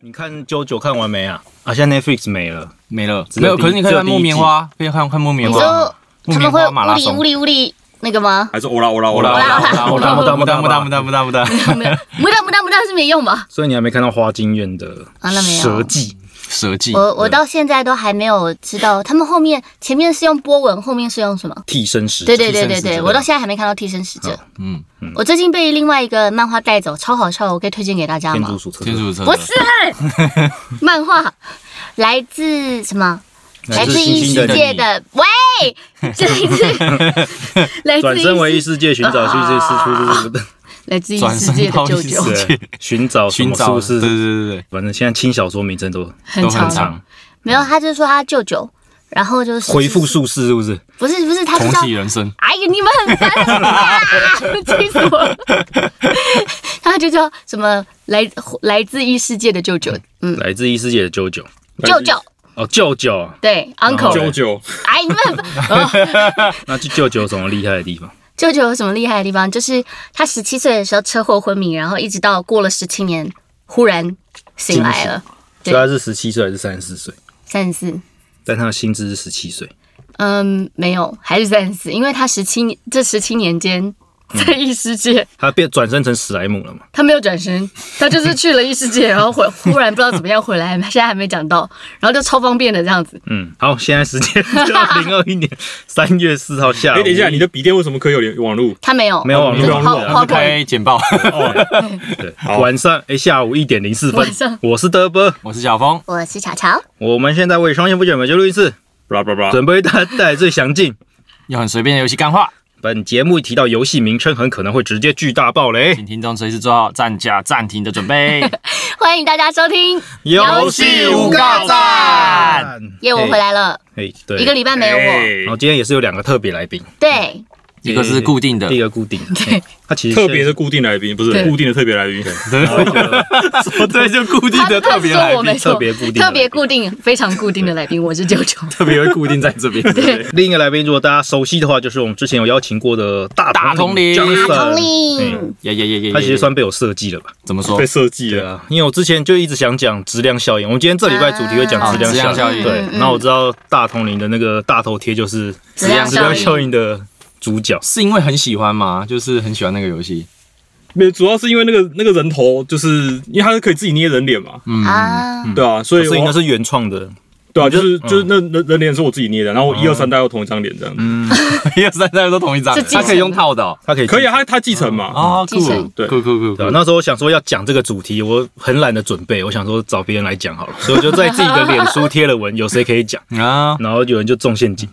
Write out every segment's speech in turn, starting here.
你看九九看完没啊？啊，现在 Netflix 没了，没了，只没有，可是你可以看木棉棉，花，可以看看木棉你花，说木他棉们花马拉会松呜。哩呜哩呜哩那个吗？还是欧拉欧拉欧我啦拉，我啦我啦我啦我啦我啦我啦我啦， 没有，不当不当不当是没用吧？所以你还没看到花金院的啊那没有蛇记，蛇记， 我我到现在都还没有知道，他们后面前面是用波纹，后面是用什么？替身使者对对对替身对使者对，我到现在还没看到替身使者。嗯，我最近被另外一个漫画带走，超好笑的，我可以推荐给大家天吗竺？鼠车天车，主车不是漫画，来自什么？来自异世界的喂， 这一次来自转异身为异世世界，寻找去这世出的来自异转世身界到的异舅世舅，界对，寻找什寻么找，是不对对是？对对反正现在轻小说名称都很都很长啊长长，没有，他就说他舅舅，然后就是回复术士是不是？不是不是，他对，就重叫启人生，哎呀，你们很烦啊！ 气死我了。他就叫什么来来自异世界的舅舅，嗯，来自异世界的啾啾，舅舅，哦，舅舅啊，对舅，uncle。九九，哎，你们很烦。哦那就舅舅有什么厉害的地方？舅舅有什么厉害的地方？就是他十七岁的时候车祸昏迷，然后一直到过了十七年，忽然醒来了，所以他是十七岁还是三十四岁？三十四。但他的薪资是十七岁，嗯，没有，还是三十四，因为他十七这十七年间嗯在异世界，他变转身成史莱姆了嘛？他没有转身，他就是去了异世界，然后回忽然不知道怎么样回来，现在还没讲到，然后就超方便的这样子。嗯，好，现在时间 是二零二一年三月四号下午。哎，等一下，你的笔电为什么可以有联网路？他没有，没有网就是络抛没有网抛络是开简 报，对，晚上哎，下午一点零四分晚上，我是德波，我是小峰，我是巧巧，我们现在为双线不卷美就录一次，布拉布拉布拉，准备为大家带来最详尽。用很随便的游戏干话，本节目提到游戏名称，很可能会直接巨大爆雷。请听众随时做好站架暂停的准 备。欢迎大家收听。游戏无尬战，耶，我回。来了，哎，对，一个礼拜没有我。哎嗯然后今天也是有两个特别来宾，对，一个是固定的第一，个固定的，对哎他其实嗯特 别的固定来宾，不是对固定的特别来宾，对，就固定的特别来他他说我宾，没错特别固定的来宾特别固定、非常固定的来宾，我是 九九。特别会固定在这边。 对，另一个来宾，如果大家熟悉的话，就是我们之前有邀请过的大大统统领，Johnson 大统嗯领，耶耶耶耶，他其实算被我设计了吧？怎么说 被？设计对了。啊，因为我之前就一直想讲质量效应，我们今天这礼拜主题会讲啊质量质量效效应，应对嗯。嗯然后我知道大统领的那个大头贴就是质量质量效效应。应的主角，是因为很喜欢吗？就是很喜欢那个游 戏。没有，主要是因为那个那个人头，就是因为他是可以自己捏人脸嘛，嗯，啊，对啊，所以所以我那是嗯原创的。对啊，就是就是那那人脸是我自己捏的，然后嗯我一二三大家都同一张脸这样，一二三大家都同一张这，继承他可以用套的哦。他可以可以啊，他他继嗯承哦嘛，啊，嗯继承酷，对酷酷酷对啊，。酷那时候我想说要讲这个主题，我很懒得准备，我想说找别人来讲好了，所以我就在自己的脸书贴了文，有谁可以讲，啊，然后有人就中陷阱，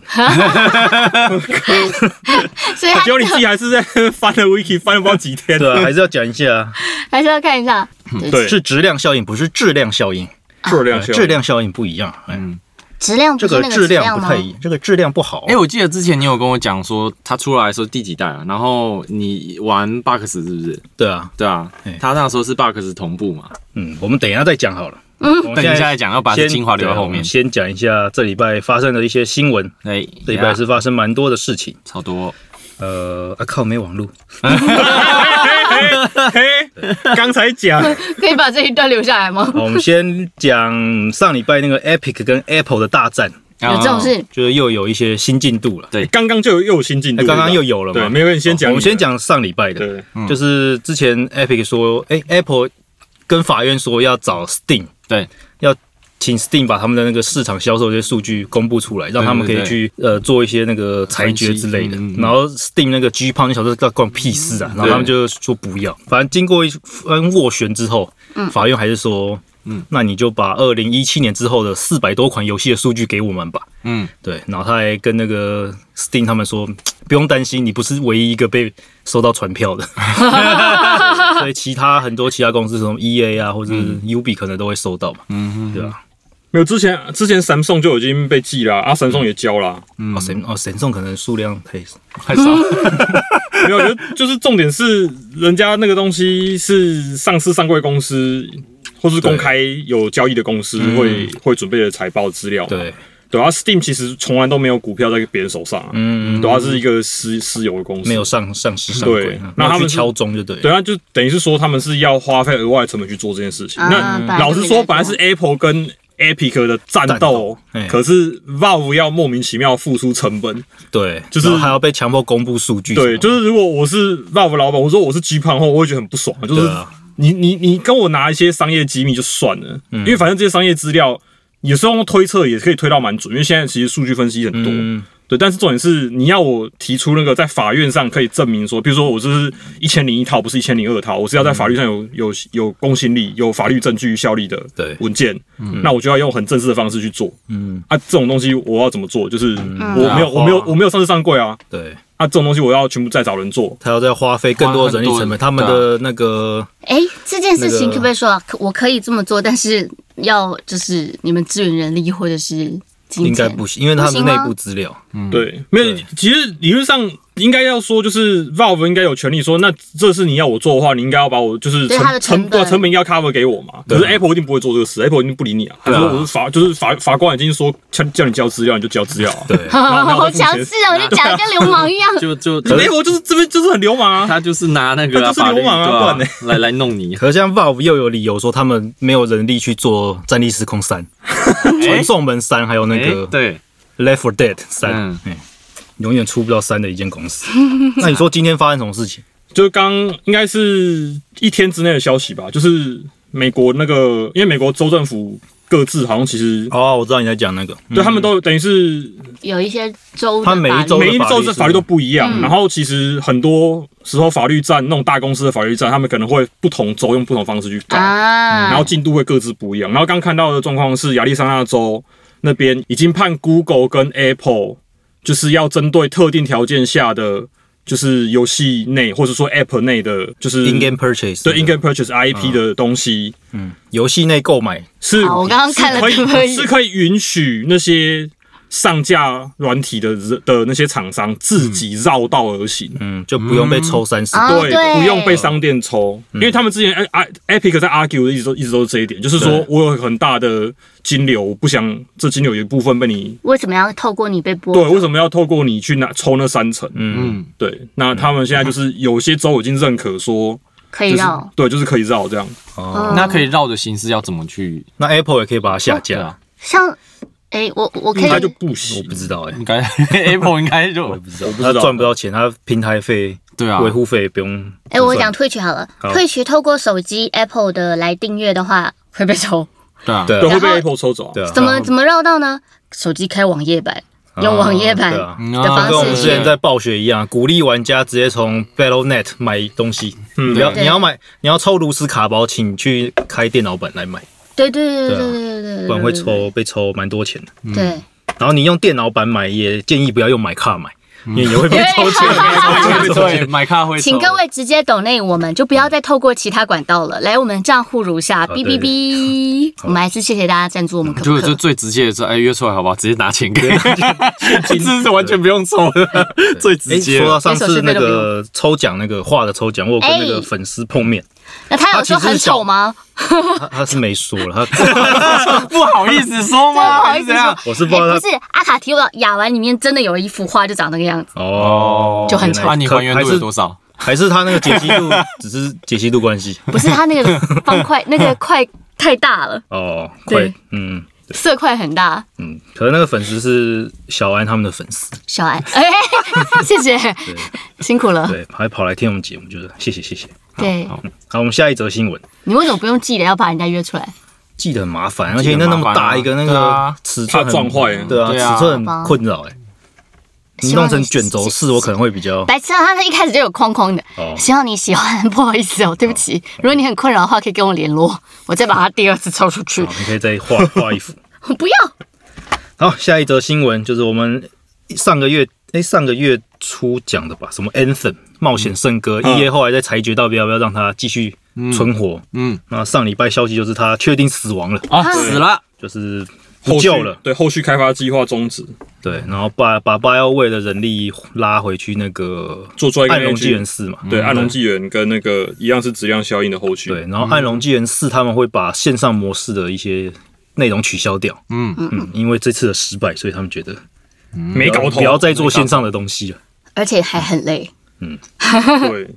所以还结果你自己还是在 翻了 wiki 翻了不知道几天，对啊，还是要讲一下啊，还是要看一下。对，是质量效应，不是质量效应，质量呃质量效应不一样，哎，嗯，质量不这是个那质质量不吗太？一样，这个质量不好哎，，我记得之前你有跟我讲说，他出来的时候第几代啊？然后你玩 Box 是不是？对啊，对啊哎，他那时候是 Box 同步嘛？嗯，我们等一下再讲好了，嗯我们等现一在下再讲，要把先精华留在对啊后我们面。先讲一下这礼拜发生的一些新闻，哎，这礼拜呀是发生蛮多的事情，超多，呃，啊靠，没网 路，嘿嘿嘿，刚才讲 可以把这一段留下来吗？好我们先讲上礼拜那个 Epic 跟 Apple 的大战。有这啊种事？就是又有一些新进度了。刚刚就有又有新进那度，刚刚又有了嘛？嗯对，没有你先讲，我们先，讲上礼拜的，对，就是之前 Epic 说，哎、a p p l e 跟法院说要找 Steam，对，要请 Steam 把他们的那个市场销售这些数据公布出来，让他们可以对去呃做一些那个裁决之类的分析嗯嗯。嗯然后 Steam 那个 G 胖，你想说这关我屁事啊？然后他们就说不要，反正经过一番斡旋之后，法院还是说。嗯，那你就把二零一七年之后的四百多款游戏的数据给我们吧。嗯，对，然后他还跟那个 Steam 他们说，不用担心，你不是唯一一个被收到传 票的，对所以其他很多其他公司，什么 EA 啊，或者嗯是 UB 可能都会收到嘛，嗯，对吧？没有之前之前 Samsung 就已经被寄了，啊，Samsung 也交了，哦，神哦，神送可能数量太少，太少。没有，就就是重点是人家那个东西是上市上柜公司。或是公开有交易的公司会会准备的财报资料嘛，嗯对，对啊，Steam 其实从来都没有股票在别人手上、啊，嗯，对啊，它是一个私私有的公司，没有上上市上柜对啊，没那有他们去是敲钟就对了。对啊，就等于是说他们是要花费额外的成本去做这件事情。啊本来那就老实没在说，做本来是 Apple 跟 Epic 的战战斗斗嘿，可是 Valve 要莫名其妙付出成本。对，就是然后还要被强迫公布数据什么的。对，就是如果我是 Valve 老板，我说我是 G 胖后，我会觉得很不爽。就是对啊你你你跟我拿一些商业机密就算了，嗯因为反正这些商业资料有时候用推测也可以推到蛮准，因为现在其实数据分析很多。嗯对，但是重点是你要我提出那个在法院上可以证明说，比如说我这是一千零一套，不是一千零二套，我是要在法律上有嗯有有公信力、有法律证据效力的对文件，那我就要用很正式的方式去做嗯，啊。这种东西我要怎么做？就是我没对有啊我没有花我没有上市上柜啊，对，啊这种东西我要全部再找人做。他要再花费更多的人力成花本，很多他们的那个哎，这件事情那个可不可以说，可我可以这么做，但是要就是你们支援人力或者是金钱，应该 不行，因为他不们行吗内部资料。对，没有对，其实理论上应该要说，就是 Valve 应该有权利说，那这是你要我做的话，你应该要把我就是对它的成成对本啊成本应该要 cover 给我嘛。可是对啊 Apple 一定不会做这个事，Apple 一定不理你啊。他对啊，说我是法，就是法法官已经说叫叫你交资料，你就交资料啊。对，。好强势啊！我就讲的跟流氓一样就就可是 Apple 就是这边就是很流氓啊。他就是拿那个啊他就是法律流氓啊对不然呢来来弄你可是像 Valve 又有理由说他们没有人力去做《战力时空三》《传送门三》，还有 那哎个《对， Left for Dead 三》嗯哎，永远出不了三的一间公司。那你说今天发生什么事情？就是刚应该是一天之内的消息吧，就是美国那个，因为美国州政府各自好像其实。哦，我知道你在讲那个，对他们都等于是有一些州的他每一法律州的每一州这法律都不一样，嗯然后其实很多时候法律战那种大公司的法律战，他们可能会不同州用不同方式去搞，啊，然后进度会各自不一样。然后刚看到的状况是亚利桑那州那边已经判 Google 跟 Apple 就是要针对特定条件下的，就是游戏内或者说 App 内的，就是 In Game Purchase 对那 in 个 game purchase IP 的东西游戏内购买，是，好我刚刚看了是可对不以起是可以允许那些。上架软体的人的那些厂商自己绕道而行，嗯，就不用被抽三十。啊对，对不用被商店抽，嗯因为他们之前 A A Epic 在 argue 的一直都一直都是这一点，就是说对我有很大的金流，我不想这金流有一部分被你为什么要透过你被剥？对，为什么要透过你去拿抽那三成？嗯，嗯，对，那他们现在就是有些州已经认可说，可以呃就是绕？对，就是可以绕这样。哦，那可以绕的形式要怎么去？那 Apple 也可以把它下对架啊，，像哎，我我可应该就以不我行不，知道哎，应该 Apple 应该就啊我不他知道赚不到钱，他平台费、对啊，维护费也不用。哎，我讲退取好了，好退取透过手机 Apple 的来订阅的话会 被抽，对啊，对对，啊会被然后 Apple 抽走啊。对啊，怎么怎么绕到呢？手机开网页版，用网页版啊对啊嗯的啊方跟我们式之去前在暴雪一样，鼓励玩家直接从 BattleNet 买东西。嗯你要对你要买，你要抽炉石卡包，请去开电脑版来买，对对对对对啊对对对对，不然会抽嗯被抽蛮多钱的。对。对，然后你用电脑版买，也建议不要用买卡买，因为也会被 啊抽钱。对，买卡会抽，请各位直接抖内我们，就不要再透过其他管道了。来，我们账户如下，好哔哔哔。我们还是谢谢大家赞助我们可就不是可就？最直接的是，哎，约出来好不好？直接拿钱给，啊 这是完全不用抽的，最直哎，接说了。到上次那连手续费都不个抽奖那个画的抽奖，我有跟那哎个粉丝碰面，那他有说他其实很是想丑吗？哎他他是没说了，他 啊不好意思说真的吗？不好还意思是怎样我哦是哎不知道不是阿卡提瓦雅丸里面真的有一幅画就长那个样子，他 哦，就很丑啊，你还原还度有是多少？还是他那个解析度只是解析度关系不是他那个方块那个块太大了，哦，对快嗯色块很大。嗯，可能那个粉丝是小安他们的粉丝，小安，哎，谢谢，辛苦了。对，还跑来听我们节目，就是谢谢谢谢。对，好，我们下一则新闻，你为什么不用记得要把人家约出来？记得很麻烦，而记且得那很那麻么烦啊大一个那对个啊尺寸怕很撞坏对对啊啊，尺寸好吧很困扰哎。你希望弄成你卷轴式，我可能会比较白痴啊，他那一开始就有框框的。哦，希望你喜欢，不好意思哦，对不起。如果你很困扰的话，可以跟我联络，我再把它第二次抽出去好。你可以再画画一幅。 不要，好，下一则新闻就是我们上个月哎上个月初讲的吧，什么 Anthem 冒险圣歌嗯，E A 后来在裁决到底要不要让他继续存活。嗯，那上礼拜消息就是他确定死亡了，啊，死了，就是不后续救了。对，后续开发计划终止，对，然后把把 BioWare 的人力拉回去那个做出来一个暗龙纪 engine 元四嘛，对，暗龙纪元跟那个一样是质量效应的后续。对，然后暗龙纪元四他们会把线上模式的一些内容取消掉。嗯嗯，因为这次的失败，所以他们觉得没搞头，不要再做线上的东西了。而且还很累。 对，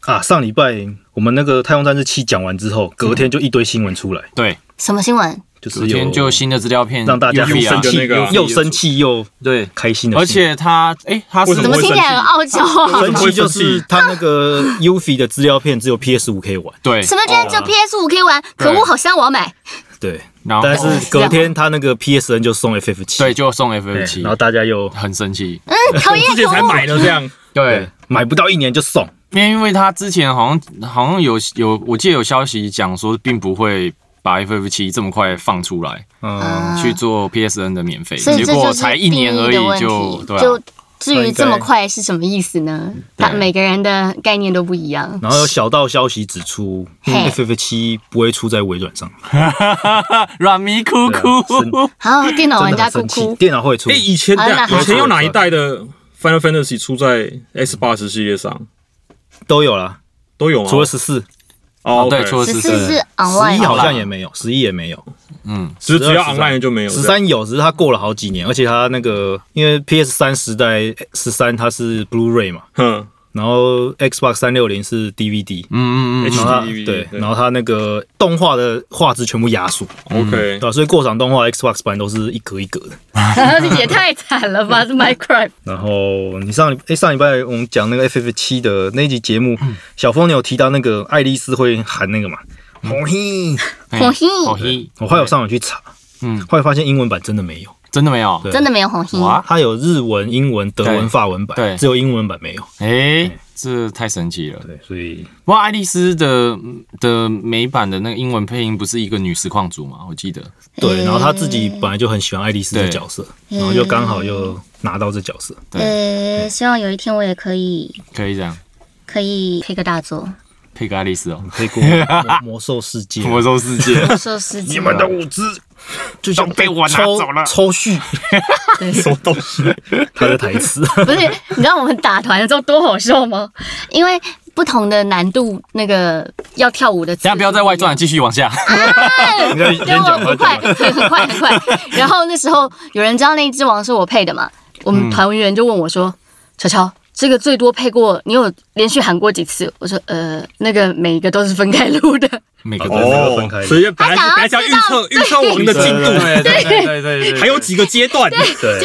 啊，上礼拜我们那个《太空战士七》讲完之后，隔天就一堆新闻出来，对，什么新闻？嗯就是昨有天就新的资料片让大家又很比啊生气，那个啊又生气又对，开心的而新闻。且他哎，他是为什怎么会听起来很傲娇啊？生气就是他那个 UFI 的资料片只有 PS 五可以玩，对，什么今天只有 PS 五可以玩？可恶，好香，我要买。对。然后但哦啊是隔天他那个 PSN 就送 FF 七，对，就送哦对 FF 七然，后大家又很生气，嗯，讨厌，之前可才恶。买的这样，对。买不到一年就送，因为因为他之前好像好像有有，我记得有消息讲说，并不会把 FF 七这么快放出来、嗯，去做 PSN 的免费，所以这结果就是才一年而定义的问已题就对、啊、就至于这么快是什么意思呢？对他每个人的概念都不一样。然后有小道消息指出嘿，FF 七不会出在微软上，软迷哭对啊哭，生好，电脑玩真的哦家很哭生气，哭，电脑会出 哎，，以前好啦好啦以前有哪一代的 Final Fantasy 出在 S 八十系列上都有啦，都有吗？除了十啊四，哦，对 OK 除了十14四是十一 online 哦好像也没有，十一也没有，嗯，只只要12 online 就没有十三有，只是它过了好几年，而且它那个因为 PS 三时代十三它是 Blu-ray 嘛，这样，然后 Xbox 三六零是 DVD，嗯嗯嗯嗯，然后它 DVD 对，然后它那个动画的画质全部压缩， ，OK，对嗯吧、所以过场动画 Xbox 版都是一格一格的。 也太惨了吧！这 Minecraft 然后你上礼哎、上礼拜我们讲那个 FF 七的那一集节目，小峰你有提到那个爱丽丝会喊那个嘛？哦嘿！红心红黑，我后来有上网去查，嗯，后来发现英文版真的没有，真的没有，对真的没有红心，哇，它有日文、英文、德对文、法文版，对只有英文版没有。哎、这太神奇了。对，所以不过爱丽丝的的美版的那个英文配音不是一个女实况组嘛？我记得，对，然后他自己本来就很喜欢爱丽丝这角色，然后就刚好又拿到这角色。对，呃，希望有一天我也可以可以这样可以配个大作，配个爱丽丝哦，可以 过魔魔兽世界，魔兽世界，说世你界们的舞姿就像被我拿抽走了抽蓄， 什么东西？他的台词，不是，你知道我们打团的时候多好笑吗？因为不同的难度，那个要跳舞的，等一下不要再外传，，继续往下。你看跟先我讲很完快，很快，很快。然后那时候有人知道那只王是我配的嘛，我们团员就问我说：“乔乔，这个最多配过，你有连续喊过几次？”我说：“呃，那个每一个都是分开录的。每个好都的是对这个分开哦，的所以本来是本来他是要想要预测预测我们的进对度，对对对对对，还有几个阶段，对，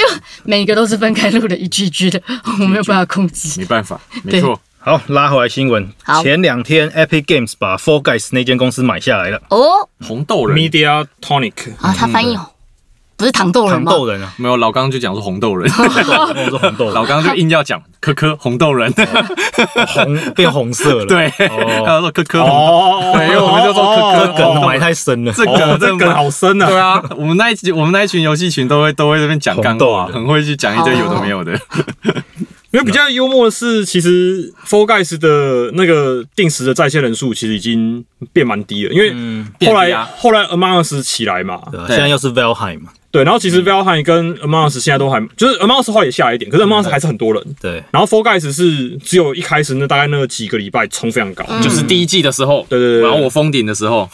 每一个都是分开录的，一句一句的，我没有办法控制。没办法，没错，好，拉回来新闻好。前两天 Epic Games 把 Four Guys 那间公司买下来了，哦，红豆人 Media Tonic 啊，他翻译不是糖豆人糖吗？豆人啊，没有老刚就讲是红豆人，我说红豆老人，刚就硬要讲科科红豆人，红变红色了，对，哦他说科科红豆，哦对因为我们叫做这可可梗埋太深了，哦哦这个这梗好深啊，对啊，我们那一集我们那一群游戏群都会都会这边讲干红豆话，人很会去讲一堆有的没有的，因为比较幽默的是，其实 Four Guys 的那个定时的在线人数其实已经变蛮低了，因为后变低来啊后来 Among Us 起来嘛，对啊对现在又是 Valheim 嘛，对，然后其实 Valheim 跟 Among Us 现在都还就是 Among Us 后来也下来一点，可是 Among Us 还是很多人，对，然后 Four Guys 是只有一开始那大概那几个礼拜冲非常高，就是第一季的时候，对对对对然后我封顶的时候，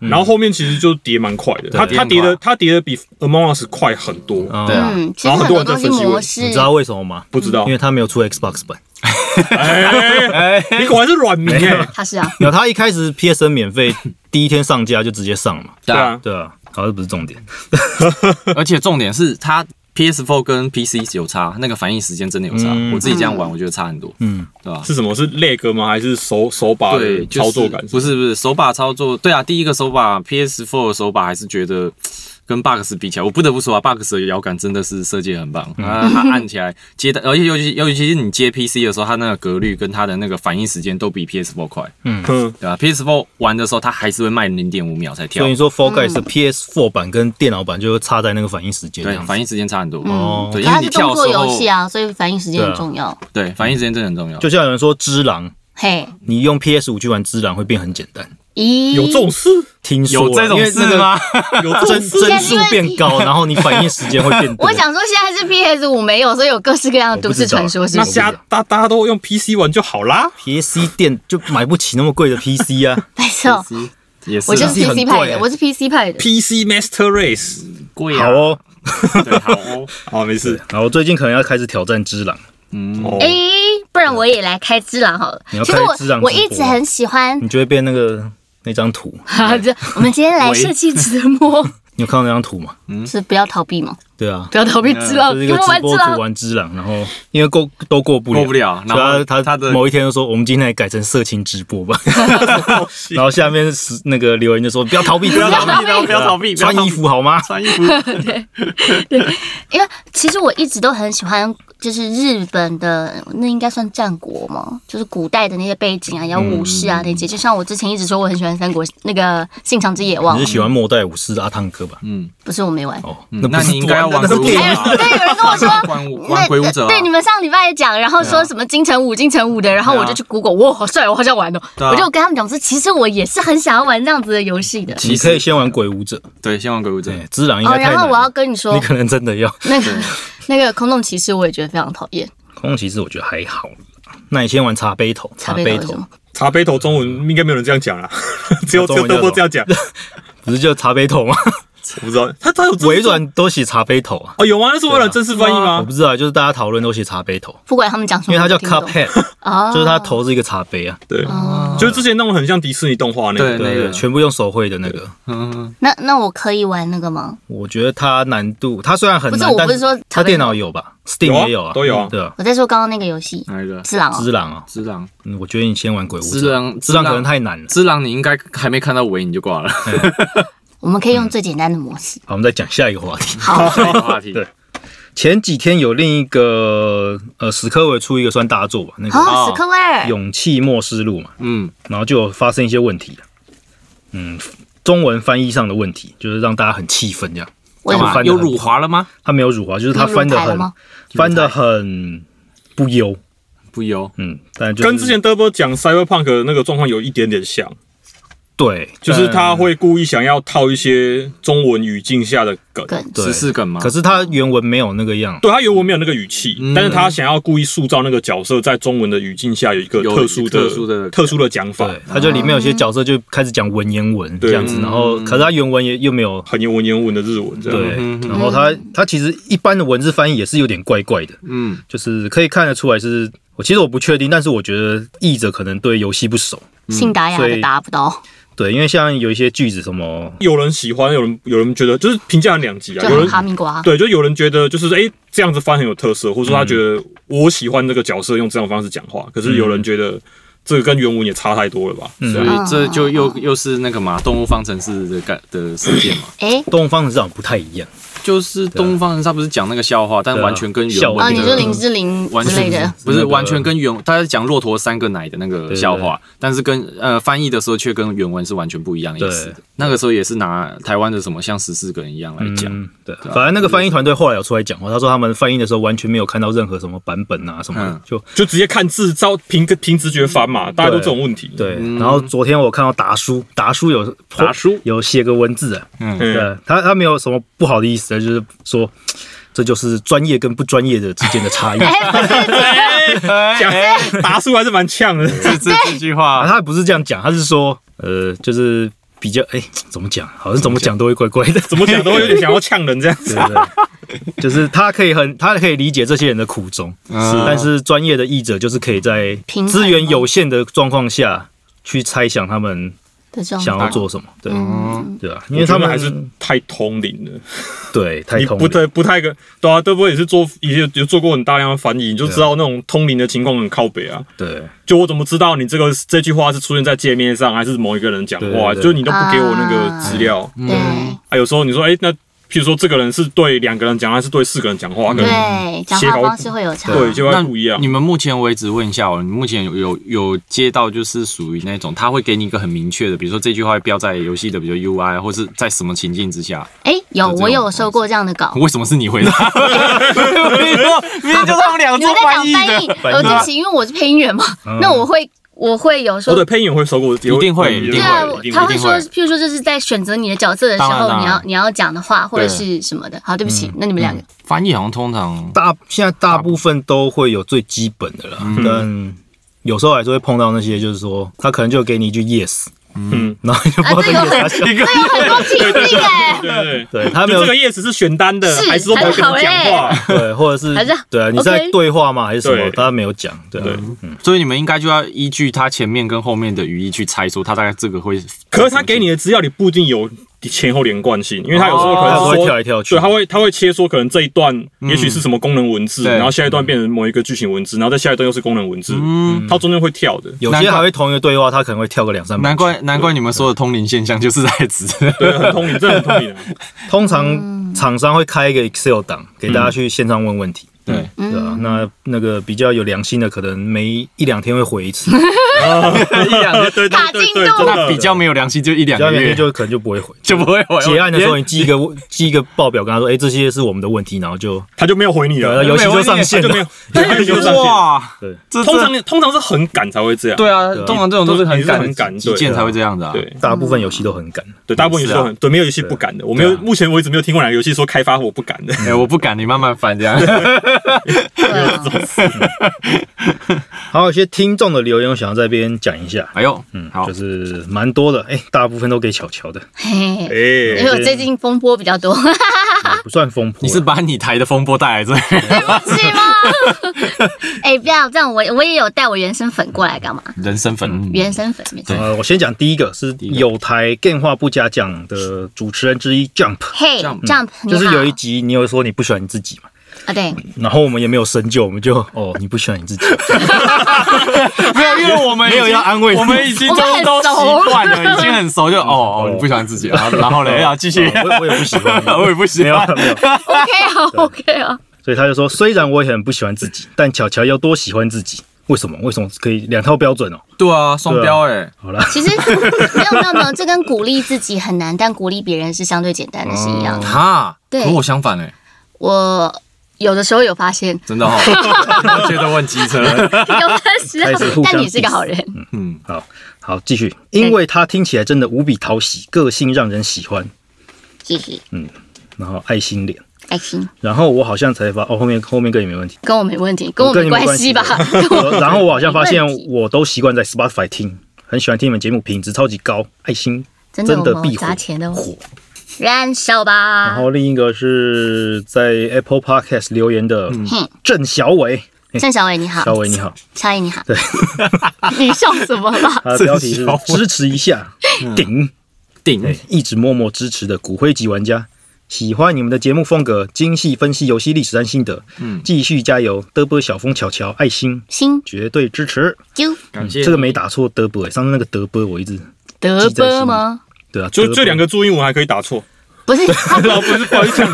然后后面其实就跌蛮快的，它它跌的它跌的比 Among Us 快很多，嗯对啊嗯，其实很多东西模式，你知道为什么吗？不哦知道因，为他没有出 Xbox 版。 哎，你果然是软迷哎，他是啊，然后他一开始 PSN 免费，第一天上架就直接上嘛。对对，啊，对啊，好，这不是重点。而且重点是它 PS4 跟 PC 有差，那个反应时间真的有差，嗯我自己这样玩我觉得差很多，嗯，对吧？是什么？是 leg 吗？还是手手把对的，就是操作感？不是不是手把操作，对啊，第一个手把 PS4 的手把还是觉得跟 Box 比起来，我不得不说啊，Box 的摇杆真的是设计得很棒，嗯啊，它按起来接的，而且尤其尤其是你接 PC 的时候，它那个格律跟它的那个反应时间都比 PS4 快，嗯，对吧、p s 4玩的时候它还是会慢零点五秒才跳所以，你说 Four Guys 的 PS4 版跟电脑版就差在那个反应时间这对，样子反应时间差很多，哦对，可因为它你嗯是跳动作的时游候戏，啊，所以反应时间很重要。对，反应时间真的很重要，就像有人说《只狼》，嘿，你用 PS 5去玩《只狼》会变很简单。咦，有这种事？听说有啊这种事？吗？因为那个有帧帧数变高，然后你反应时间会变多我。想说，现在是 PS 五没有，所以有各式各样的都市传说，是那不是？家大大家都用 PC 玩就好啦。 PC 店就买不起那么贵的 PC 啊，没错，也是啊我就是 PC 很 PC 派贵欸的，我是 PC 派的。 PC Master Race，贵啊，好哦，对， 好哦，好，没事。然后我最近可能要开始挑战之狼，嗯，哦哎，不然我也来开只狼好了。你要其开实我只狼直播我一直很喜欢， 你就会变那个那张图，哈哈这我们今天来设计直播，你有看到那张图吗？是不要逃避嘛，对啊，不要逃避只狼，就是一给个我直玩只播主啊狼。玩之狼，然后因为过都过不了，过不了所以然后他他他的某一天就说我们今天来改成色情直播 吧， 然后下面是那个留言就说不要逃避，不啊要逃避不要逃避不要逃避穿衣服好嗯吗？穿衣服，因为其实我一直都很喜欢，就是日本的那应该算战国嘛，就是古代的那些背景啊，嗯然后武士啊那些。就像我之前一直说我很喜欢三国那个《信长之野望你》是，喜欢末代武士的阿汤哥吧？嗯，不是我没玩。嗯哎哦，嗯不那是你应该要玩那鬼是武电者影，啊，对，有人跟我 说玩那玩鬼武者啊，对，你们上礼拜也讲，然后啊说什么金城武、金城武的，然后我就去 Google，哇，好帅，我好想玩哦。对啊我就跟他们讲说，其实我也是很想要玩这样子的游戏的。你可以先玩鬼武者，对，先玩鬼武者，对，之狼应哦，该太然后难我要了，跟你说你，可能真的要。那个那个空洞骑士，我也觉得非常讨厌。空其实我觉得还好，那你先玩茶杯头，茶杯杯头是什么？茶杯头中文应该没有人这样 讲啦，只有只中有文叫德国什么这 样讲。不是就茶杯 头吗？我不知道，他他有微软都写茶杯头啊，哦，有吗？那是微软正式翻译我吗不？知道，就是大家讨论都写茶杯头，不管他们讲什因么，为它叫我听不懂 Cuphead，哦，就是它头是一个茶杯啊，对，哦。就是之前弄得很像迪士尼动画那对个。对那对，个全部用手绘的那个。嗯，那那我可以玩那个吗？我觉得它难度，它虽然很不是难我，但不是说它茶杯头电脑有吧，Steam 也有啊，都有啊对啊。我在说刚刚那个游戏哪一个？是狼哦之狼啊，之狼，嗯我觉得你先玩鬼屋者。之狼之狼可能太难了。之狼，你应该还没看到尾你就挂了。我们可以用最简单的模式。好，我们再讲下一个话题。好，下一个话题，对前几天有另一个呃史科维出一个算大作吧，那个好，史克威尔《勇气末世录》嘛，嗯，然后就有发生一些问题，嗯，中文翻译上的问题，就是让大家很气愤这样。为干什么嘛？翻得有很辱华了吗？他没有辱华，就是他你入翻的台了很吗翻的很不优，不有，嗯，但就是跟之前德波讲 Cyberpunk 的那个状况有一点点像，对，就是他但，会故意想要套一些中文语境下的梗，梗？对十四梗吗？可是他原文没有那个样，对他原文没有那个语气，嗯但是他想要故意塑造那个角色在中文的语境下有一个有特殊的、特殊的特殊的讲法，对，他就里面有些角色就开始讲文言文对这样子，然后可是他原文也又没有很有文言文的日文这样。对嗯，然后他他其实一般的文字翻译也是有点怪怪的，嗯，就是可以看得出来是。我其实我不确定，但是我觉得译者可能对游戏不熟，信达雅所的以达不到，对，因为像有一些句子什么，有人喜欢，有人有人觉得就是评价很两极就啊，有很人哈密瓜。对，就有人觉得就是哎、诶这样子翻很有特色，或者说他觉得我喜欢这个角色用这种方式讲话，可是有人觉得这个跟原文也差太多了吧？所以嗯，啊这就又又是那个嘛，动物方程式的概的事件嘛，哎，动物方程式好像不太一样，就是动物方程式，他不是讲那个笑话，但对啊完全跟原笑文话哦，的你说林志玲完之类全的，不是那个完全跟原，他在讲骆驼三个奶的那个笑话，但是跟呃翻译的时候却跟原文是完全不一样的意思对的。那个时候也是拿台湾的什么像十四个人一样来讲，嗯，对，反正那个翻译团队后来有出来讲话，他说他们翻译的时候完全没有看到任何什么版本啊什么嗯的，就就直接看字，照凭凭直觉翻嘛，大家都这种问题。对。然后昨天我看到达叔，达叔有达叔有写个文字啊，嗯对他他没有什么不好的意思，就是说这就是专业跟不专业的之间的 差异。啊哎，不是嗯 讲哎 达叔还是蛮呛的，这这这句啊，话他不是这样讲，他是说呃，就是比较哎、怎么讲，好像怎么讲都会怪怪的，怎么讲都会有点想要呛人这样子。对对，就是他可以很，他可以理解这些人的苦衷，嗯但是专业的译者就是可以在平衡资源有限的状况下去猜想他们的这想种，要做什么，对嗯，对啊，因为他我觉们得还是太通灵了，对太你通不灵，太不太跟对啊，对不对？也是做也有有做过很大量的翻译，你就知道那种通灵的情况很靠北啊。对就我怎么知道你这个这句话是出现在界面上，还是某一个人讲对话？对对就你都不给我那个资料，对啊，有时候你说，哎、那譬如说这个人是对两个人讲，还是对四个人讲话，可能对，讲话方式会有差。对就那会不一样你。们目前为止问一下哦，你目前有有有接到就是属于那种他会给你一个很明确的，比如说这句话会标在游戏的，比如 UI 或是在什么情境之下，哎，有就这种我有收过这样的稿，为什么是你回 答？明明就他们两你个做们在讲译翻译，的，翻译呃，对不起，因为我是配音员嘛，那我会我会有时我候的配音员会收过，一一定会一对定啊会，一定他会。会一定说会，譬如说这是在选择你的角色的时当然候，当然你要你要讲的话或者对是什么的。好，对不起，那你们两个翻译好像通常大现在大部分都会有最嗯基本的啦，但有时候还是会碰到那些就是说他可能就给你一句 yes，嗯，然后就啊，不这知有道在很这嗯有很多情 境哎，对对 对。对他没有就这个叶子是选单的，是还是说我要跟你讲话？ 对，或者是还是对啊，你在 OK 对话吗？还是什么对？他没有讲，对啊对，所以你们应该就要依据他前面跟后面的语义去猜，说他大概这个会。可是他给你的资料里不一定有前后连贯性，因哦为他有时候可他能不说会跳来跳去对，，他会他会切说，可能这一段也许是什么功能文字，对然后下一段变成某一个剧情文字，然后再下一段又是功能文字，嗯，它中间会跳的，有难些怪还会同一个对话，他可能会跳个两三秒。难怪难怪你们说的通灵现象就是在指对，很通灵，真的很 通灵啊。通嗯常厂商会开一个 Excel 档给大家去线上问问题，嗯对，对吧、嗯那那个比较有良心的，可能每一两天会回一 次，一两个对对打对进对度对，真那的比较没有良心就一两其他个两月天就可能就不会回。就不会回结案的时候，你寄一个 寄一个报表，跟他说：“哎、这些是我们的问题。”然后就他就没有回你对了，游戏就上线就没了有。，游戏就上线。哇，对，这通常通常是很赶才会这样，对啊，啊通常这种都是很赶很赶几对件才会这样的啊。对大部分游戏都很赶。对，大部分游戏都很对，没有游戏不敢的。我没有，对啊目前为止没有听过哪个游戏说开发我不敢的。哎，嗯我不敢，你慢慢翻这样。对啊，还有一些听众的留言，我想要在这边讲一下，哎呦，嗯，好就，是蛮多的，哎、大部分都给巧巧 的，嘿嘿因哎，为我最近风波比 较多，也不算风波。你是把你台的风波带来 这里，是吗？哎，不要这样，我我也有带我原生粉过来干嘛？人生粉，原生粉没错。呃，我先讲第一个是有台电话不加奖的主持人之一 Jump，嘿 Jump ，Jump，你就是好有一集你有说你不喜欢你自己嘛，啊，对，然后我们也没有深究，我们就哦你不喜欢你自 己， 没有，因为我们没有要安慰你我们已经都都习惯了，已经很熟，就 哦哦，你不喜欢嗯自己，然后然后嘞，要继续，，我我也不喜欢 我也不喜没有欢，嗯没有， OK 啊，OK 啊，所以他就说虽然我也很不喜欢自己，但巧巧要多喜欢自己，为什么？为什么可以两套标准哦？对啊，双标哎，好啦，其实没有没有没有，这跟鼓励自己很难，但鼓励别人是相对简单的是一嗯样的。哈，对可我相反哎，我有的时候有发现真的 哦，我觉得问机车， 有的时开始互候，相但你是个好人，嗯，好好继续，因为他听起来真的无比讨喜，个性让人喜欢，谢谢，嗯然后爱心脸。爱心然后我好像才发哦，后面后面跟你没问题，跟我没问题，跟我跟没你关系吧？跟我然后我好像发现没问，题我都习惯在 Spotify 听，很喜欢听你们节目，品质超级高，爱心 真的哦真的我必们火砸钱的火。燃烧然吧。后另一个是在 Apple Podcast 留言的嘿，郑小伟，郑小伟你好，嗯小伟你好，小伟你好对， 你笑什么 啦？他的标题是郑小伟支持一下，顶，顶对，一直默默支持的骨灰级玩家。喜欢你们的节目风格，精细分析游戏历史和心得，嗯，继续加油，德波小风巧巧，爱心心绝对支持。揪感谢这个没打错德波、欸，上次那个德波我一直德波吗？对啊，就德波这两个注音我还可以打错，不是，他老不是不好意思讲，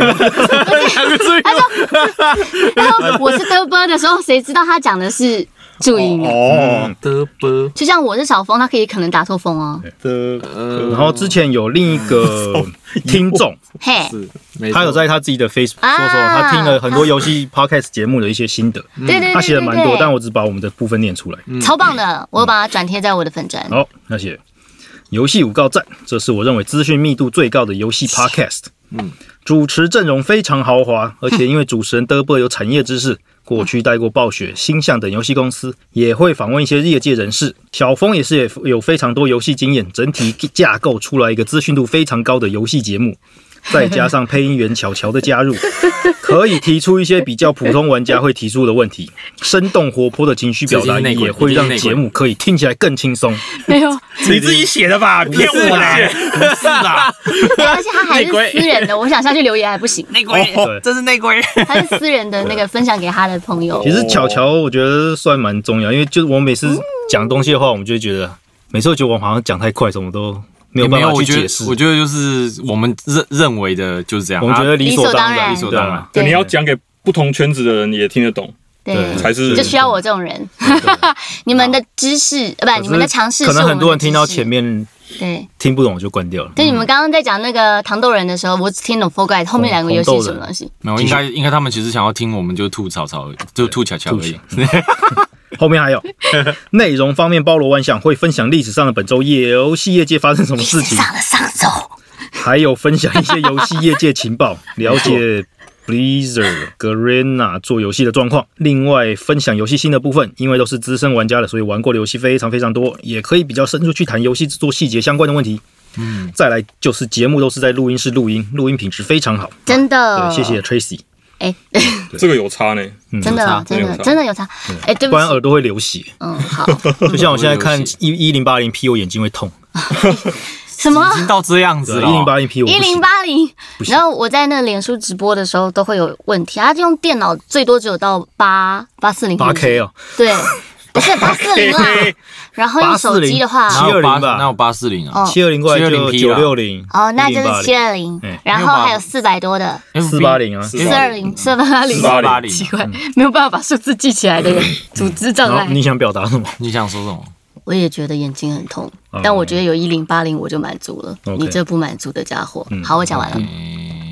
然后我是德波的时候，谁知道他讲的是注音啊？哦，德波，就像我是小峰，他可以可能打错风哦。的嗯然后之前有另一个听众，嘿，是，没错他有在他自己的 Facebook 啊说说他听了很多游戏 Podcast 节目的一些心得，对对对，他写了蛮多，对但我只把我们的部分念出来。超棒的，我把它转贴在我的粉砖。好，那写游戏五告赞，这是我认为资讯密度最高的游戏 Podcast。嗯嗯，主持阵容非常豪华，而且因为主持人德伯有产业知识，过去带过暴雪、星象等游戏公司，也会访问一些业界人士。小峰也是也有非常多游戏经验，整体架构出来一个资讯度非常高的游戏节目。再加上配音员巧巧的加入，可以提出一些比较普通玩家会提出的问题，生动活泼的情绪表达这已经内鬼也会这已经让内鬼节目可以听起来更轻松。没有，你自己写的吧？啊骗我啦！是啊啦，而且他还是私人的，我想下去留言还不行， 内鬼哦对这是内鬼。他是私人的那个分享给他的朋友其。实巧巧哦我觉得算蛮重要，因为就是我每嗯次讲东西的话，我们就会觉得每次我觉得我好像讲太快，什么都没有没办有，法我去觉解得释。我觉得就是我们认认为的就是这样，啊我们觉得理所当理然，所对当然啊。对，对你要讲给不同圈子的人也听得懂，对对，才是就需要我这种人。你们的知识，可呃不，是你们的尝试，可能很多人听到前。面对，听不懂就关掉了。对，你们刚刚在讲那个糖豆人的时候，我只听懂 Fall Guys 后面两个游戏是什么东西。没有，应该应该他们其实想要听我们就吐槽槽而已，就吐巧 巧而已。后面还有内容方面包罗万象，会分享历史上的本周业游戏业界发生什么事情，上了上周，还有分享一些游戏业界情报，了解 Blizzard、Garena 做游戏的状况。另外，分享游戏新的部分，因为都是资深玩家了，所以玩过的游戏非常非常多，也可以比较深入去谈游戏制作细节相关的问题。嗯，再来就是节目都是在录音室录音，录音品质非常好。真的，对，谢谢。Tracy，哎，这个有差呢。真有的差真有的差真的有差。哎，对不不然起，耳朵会流血。嗯，好，就像我现在看耳朵一一零八零 P，我眼睛会痛。什么已？经到这样子对，了一哦，零八零 P 我一不零行。八零，行然后我在那脸书直播的时候都会有问题，他用电脑最多只有到八八四零八 K 哦，对， 不是八四零啦。然后用手机的话， 840 720哪有八吧哪有八四零啊哦七二零过来就 720P 九啦六零，哦，那就是七二零嗯，然后还有四百多的四八零嗯啊。四二零、四八零， 480八零。啊奇怪，没有办法把数字记起来的人，组织障嗯然后碍你。想表达什么？你想说什么？我也觉得眼睛很痛，但我觉得有一零八零我就满足了。哦 OK 嗯你这不满足的家伙，好，我讲完了。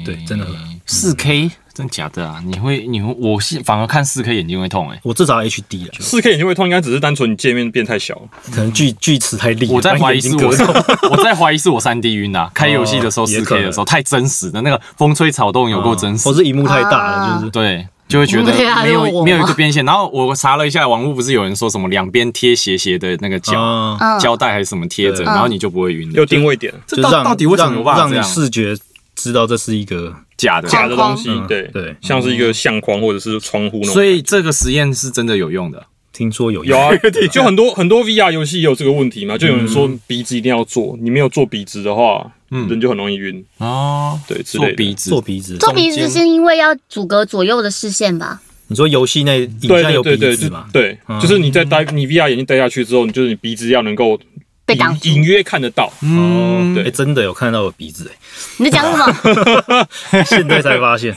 对，真的很。四 K 真假的啊？你会你会我是反而看四 K 眼睛会痛哎、我至少 HD 了，四 K 眼睛会痛，应该只是单纯你界面变太小。可能嗯锯锯齿太厉害，哎我在怀疑把眼是睛我割是到。 我在怀疑是我三 D 晕啊！开游戏的时候也四可 K 能哦的时候太真实的那个风吹草动有够真实或，是荧幕太大啊了，就是对，就会觉得对啊没因为我有嘛没有一个边线。然后我查了一下，网络不是有人说什么两边贴斜斜的那个角啊，嗯胶带还是什么贴着，对然后你就不会晕有了。定位点，就这是到让到底为什么有让办法让这你样？视觉知道这是一个假的，假的东西嗯，对对像是一个相框或者是窗户那种。所以这个实验是真的有用的。听说有有啊，就很多很多 VR 游戏也有这个问题嘛，就有人说鼻子一定要做，你没有做鼻子的话，嗯人就很容易晕。哦，对之做类的鼻子做鼻子，做鼻子中间是因为要阻隔左右的视线吧？你说游戏内影对像有对鼻对对，子就嘛？对，嗯就是你在戴你 VR 眼镜戴下去之后，你就是你鼻子要能够被挡住隐隐约看得到。嗯，哎，对，真的有看到有鼻子，你在讲什 么？哎，现在才发 现。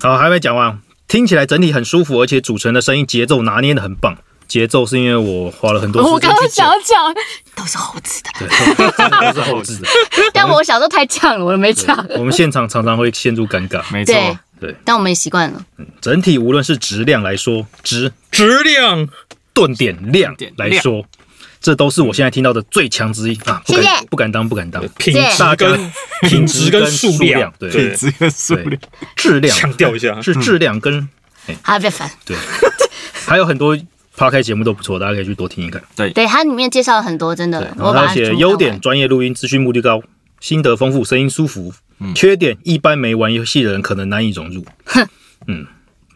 好，还没讲完，听起来整体很舒服，而且主持人的声音节奏拿捏的很棒。节奏是因为我花了很多哦我时间刚去刚剪想，讲都是猴子的，对，真的都是后 置的。但我小时候太呛了，我没呛。我们现场常常会陷入尴尬。没错，对对，但我们也习惯了。整体无论是质量来说，质质量顿点量点来量说，这都都是我现在听到的最强之一啊！不谢敢谢不敢当，不敢当。品对质大家跟品质跟数量，对对这个数对，质量强调一下，是质量跟好，别烦。还有很多 p o d 节目都不错，大家可以去多听一看。对，它里面介绍了很多，真的对，，然我后把他它写全部优看点：完专业录音，资讯目的高，心得丰富，声音舒服。嗯缺点：一般没玩游戏的人可能难以融入。嗯，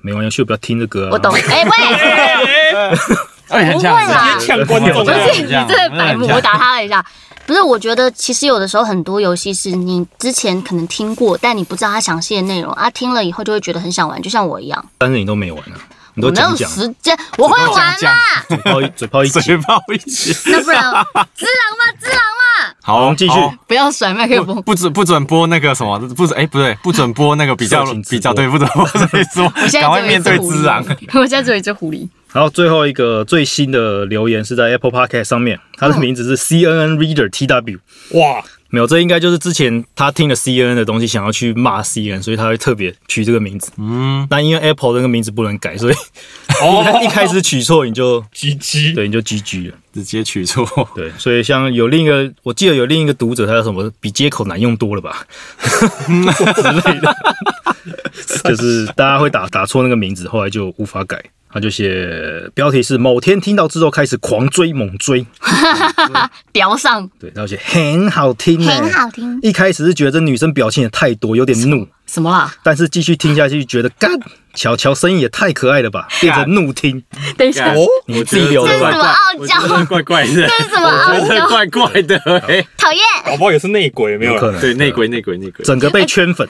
没玩游戏不要听这歌啊。我 懂。哎喂， 哎，很像不会啦很像呛观众不啊是你这白目，我打他了一下。不是，我觉得其实有的时候很多游戏是你之前可能听过，但你不知道它详细的内容啊，听了以后就会觉得很想玩，就像我一样，但是你都没玩啊，你都我没讲有讲，时间，我会玩讲啦，嘴炮一嘴炮一 嘴紧。炮一起。那不然只狼嘛，只狼嘛，好，继续好不要甩麦克不风，不准不准播那个什么，不准哎、不对，不准播那个比较色情直播比较对，不准播这一说，我现赶在快只有面一只对狐之狼。狸， 我现在只有一只狐狸，然后最后一个最新的留言是在 Apple Podcast 上面，他的名字是 CNN Reader TW。 哇，没有，这应该就是之前他听了 CNN 的东西，想要去骂 CNN，所以他会特别取这个名字。嗯，那因为 Apple 那个名字不能改，所以哦， 一开始取错你就鸡鸡，对你就 GG 了。直接取 错，对，所以像有另一个，我记得有另一个读者，他叫什么比接口难用多了吧之类的，就是大家会打打错那个名字，后来就无法改。他就写标题是某天听到之后开始狂追猛追，屌上对，然后写很好听、欸，很好听，一开始是觉得这女生表情也太多，有点怒，什 么啦？但是继续听下去，觉得干，乔乔声音也太可爱了吧，变成怒听。等一下，哦你自己留这的是吧。什么傲娇？怪怪的， 这是什么傲真的娇？怪怪的、哎，讨厌。宝宝也是内鬼，没有有可啦能对，内鬼内鬼内鬼，整个被圈 粉，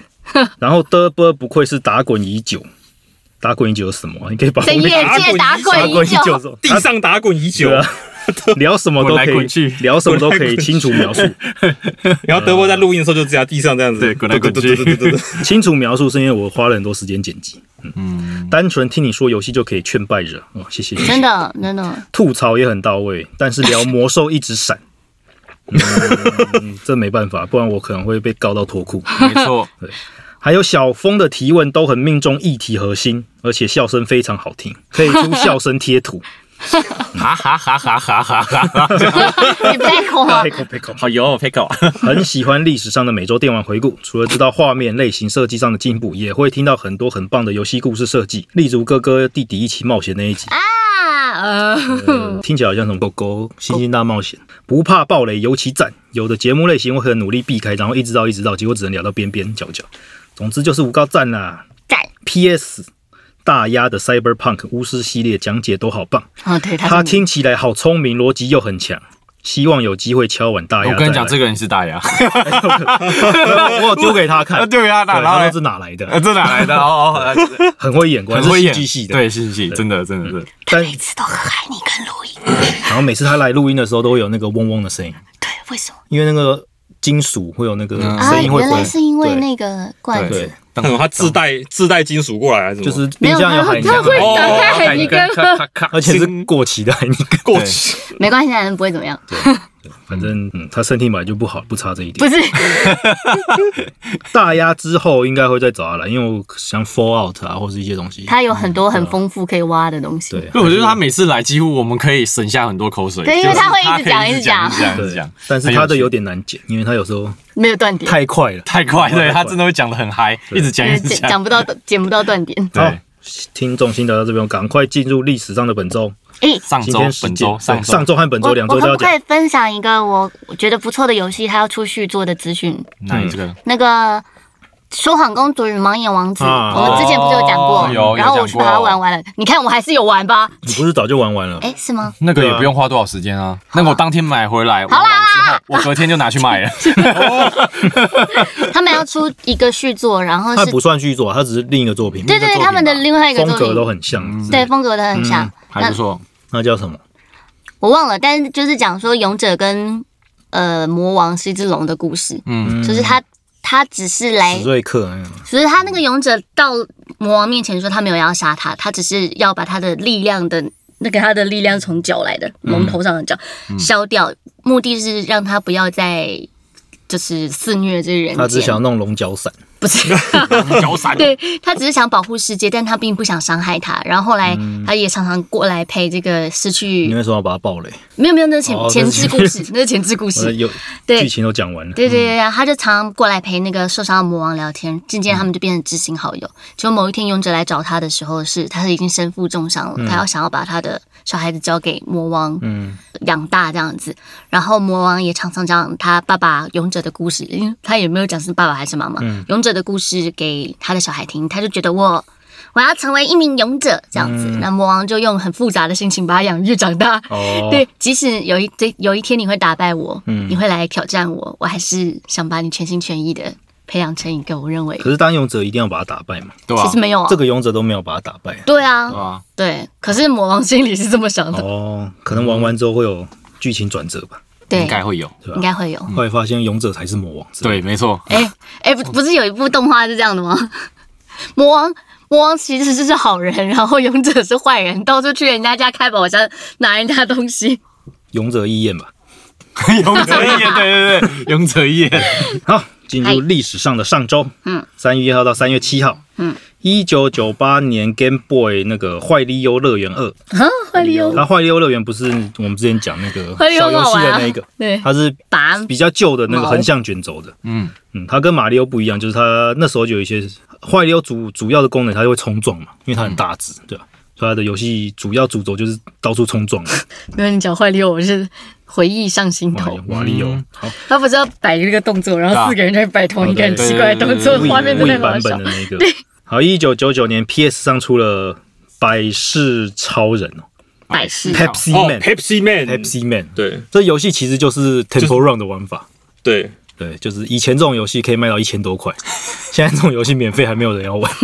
然后的波不愧是打滚已久，打滚已久是什么啊？你可以把在后业面界打打滚滚已已久久，是什么地上打滚已久对，啊，聊什么都可滚来以滚去，聊什么都可以清楚描述，然后德国在录音的时候就这样地上这样子，对滚来滚去对对对对对对清楚描述是因为我花了很多时间剪辑。嗯，单纯听你说游戏就可以劝败人哦，谢谢。真的 真的，吐槽也很到位，但是聊魔兽一直闪。 嗯，这没办法，不然我可能会被告到脱裤。没错，还有小峰的 提问都很命中议题核心，而且笑声非常好听，可以出笑声贴图。 哈哈哈哈哈哈哈！你 back on， Pickle Pickle 好油 pickle，很喜欢历史上的每周电玩回顾， 除了知道画面类型设计上的进步，也会听到很多很棒的游戏故事设计，例如哥哥弟弟一起冒险那一集，啊，哦呃，呃听起来好像什么狗狗星星大冒险，不怕暴雷尤其赞。有的节目类型我很努力避开，然后一直到一直到，结果只能聊到边边角角。总之就是无高赞啦。赞 P.S. 大鸭的 Cyberpunk 巫师系列讲解都好棒，哦，对，他他是你听起来好聪明，逻辑又很强。希望有机会敲碗大鸭。哎我跟你讲，这个个人是大 牙， 我有丢给他看，对啊，对，那然他后说是哪来呃的？ 这哪来的？ 哦哦，呃很会演，果然很是会戏演剧系的。，对戏剧系，真的真的是。但每次都很害你跟录音，然后每次他来录音的时候，都会有那个嗡嗡的声音，对，为什么？因为那个金属会有那个嗯啊，声音会原来回。是因为对那个罐子对，当嗯，他自带自带金属过来还是什么？就是冰箱有海没有他南会哦打开海尼根咔咔咔而且是过期的海尼根。嗯过期。没关系，男人不会怎么样，反正嗯，他身体本来就不好，不差这一不点。是，大鸭之后应该会再找他来，因为我像 Fallout 啊，或是一些东西。他有很多很丰富可以挖的东西。啊对，对，我觉得他每次来，几乎我们可以省下很多口水。对因为他会一就是他直可讲以一一直讲，讲一直讲，一直对讲。，但是他的有点难剪，因为他有时候没有断点，太快了。太快，对他真的会讲的很嗨，一直讲，一直剪讲。讲不到剪不到断点。对好，听众心得到这边，赶快进入历史上的本周。诶，上今周天、时本间周、上对上周周和本我周两我周都可要不讲可。以分享一个我我觉得不错的游戏，它要出续做的资讯？哪嗯一这个？那个《说谎公主与盲眼王子》啊我们之前不是有讲过哦，有然后有我讲去过把它玩完了。你看我还是有玩吧？你不是早就玩完了？诶，是吗？那个也不用花多少时间啊。那个我当天买回来，玩完之后，我隔天就拿去卖 了。他们要出一个续作，然后它是不算续作啊，它只是另一个作品。对对对，他们的另外一个风作格都品，很嗯像，对风格都很像。还不错，那叫什么？我忘了，但是就是讲说勇者跟呃魔王是一只龙的故事，嗯，就是他他只是来史，瑞克那样。只是他那个勇者到魔王面前说他没有要杀他，他只是要把他的力量的那个他的力量从脚来的龙头上的脚、嗯消掉，目的是让他不要再就是肆虐这个人他只间想，弄龙角散，不是。 脚散。对他只是想保护世界，但他并不想伤害他。然后后来，他也常常过来陪这个失嗯你去，为什么要把它爆雷？没有没有，那是前哦前那是置故 事，那是前置故我的事。有对剧情都讲完了。对对对，对他就常常过来陪那个受伤的魔王聊天，渐渐他们就变成知心好友。结果某一天勇者来找他的时候是，他已经身负重伤了，他要想要把他的小孩子交给魔王嗯，养大这样子。然后魔王也常常讲他爸爸勇者的故事，因为他也没有讲是爸爸还是妈妈，勇者的故事给他的小孩听，他就觉得我。我要成为一名勇者，这样嗯子。那魔王就用很复杂的心情把他养育长大。哦， 对，即使有一对有一天你会打败我，嗯你会来挑战我，我还是想把你全心全意的培养成一个我认为可是当勇者一定要把他打败嘛？对吧其？实没有啊，这个勇者都没有把他打败。对啊对，吧？对。可是魔王心里是这么想的，哦，可能玩完之后会有剧情转折吧？对应，该会有。对应吧？该会有。后来发现勇者才是魔王。是吧，对，没错。 哎哎，不不是有一部动画是这样的吗？ 魔王魔王其实是好人，然后勇者是坏人，到处去人家家开宝箱拿人家东西。勇者义彦吧。勇者夜，对对对，勇者夜。好，进入历史上的上周，嗯，三月一号到三月七号，嗯，一九九八年 Game Boy 那个《坏利优乐园二》，啊，坏利欧，那《坏利优乐园》不是我们之前讲那个坏利小欧游好戏玩的啊那一个，，对，它是拔比较旧的那个毛横向卷轴的，嗯，嗯，它跟马里奥不一样，就是它那时候就有一些坏溜主主要的功能，它就会冲撞嘛，因为它很大嗯只，对吧？所以它的游戏主要主轴就是到处冲撞嘛， 没有你讲坏利欧，我是回忆上心瓦头里。瓦里欧嗯，好，他不是要摆一个动作，然后四个人在摆同一个很奇怪的动作对对对，对画面真的 Wii 很好版笑本。的那个，好，一九九九年 PS 上出了百事超人哦百事太，Pepsi 哦 Man，Pepsi ，Pepsi Man， Man，对这游戏其实就是 Temple Run 的玩法。对，对，就是以前这种游戏可以卖到一千多块，现在这种游戏免费还没有人要玩。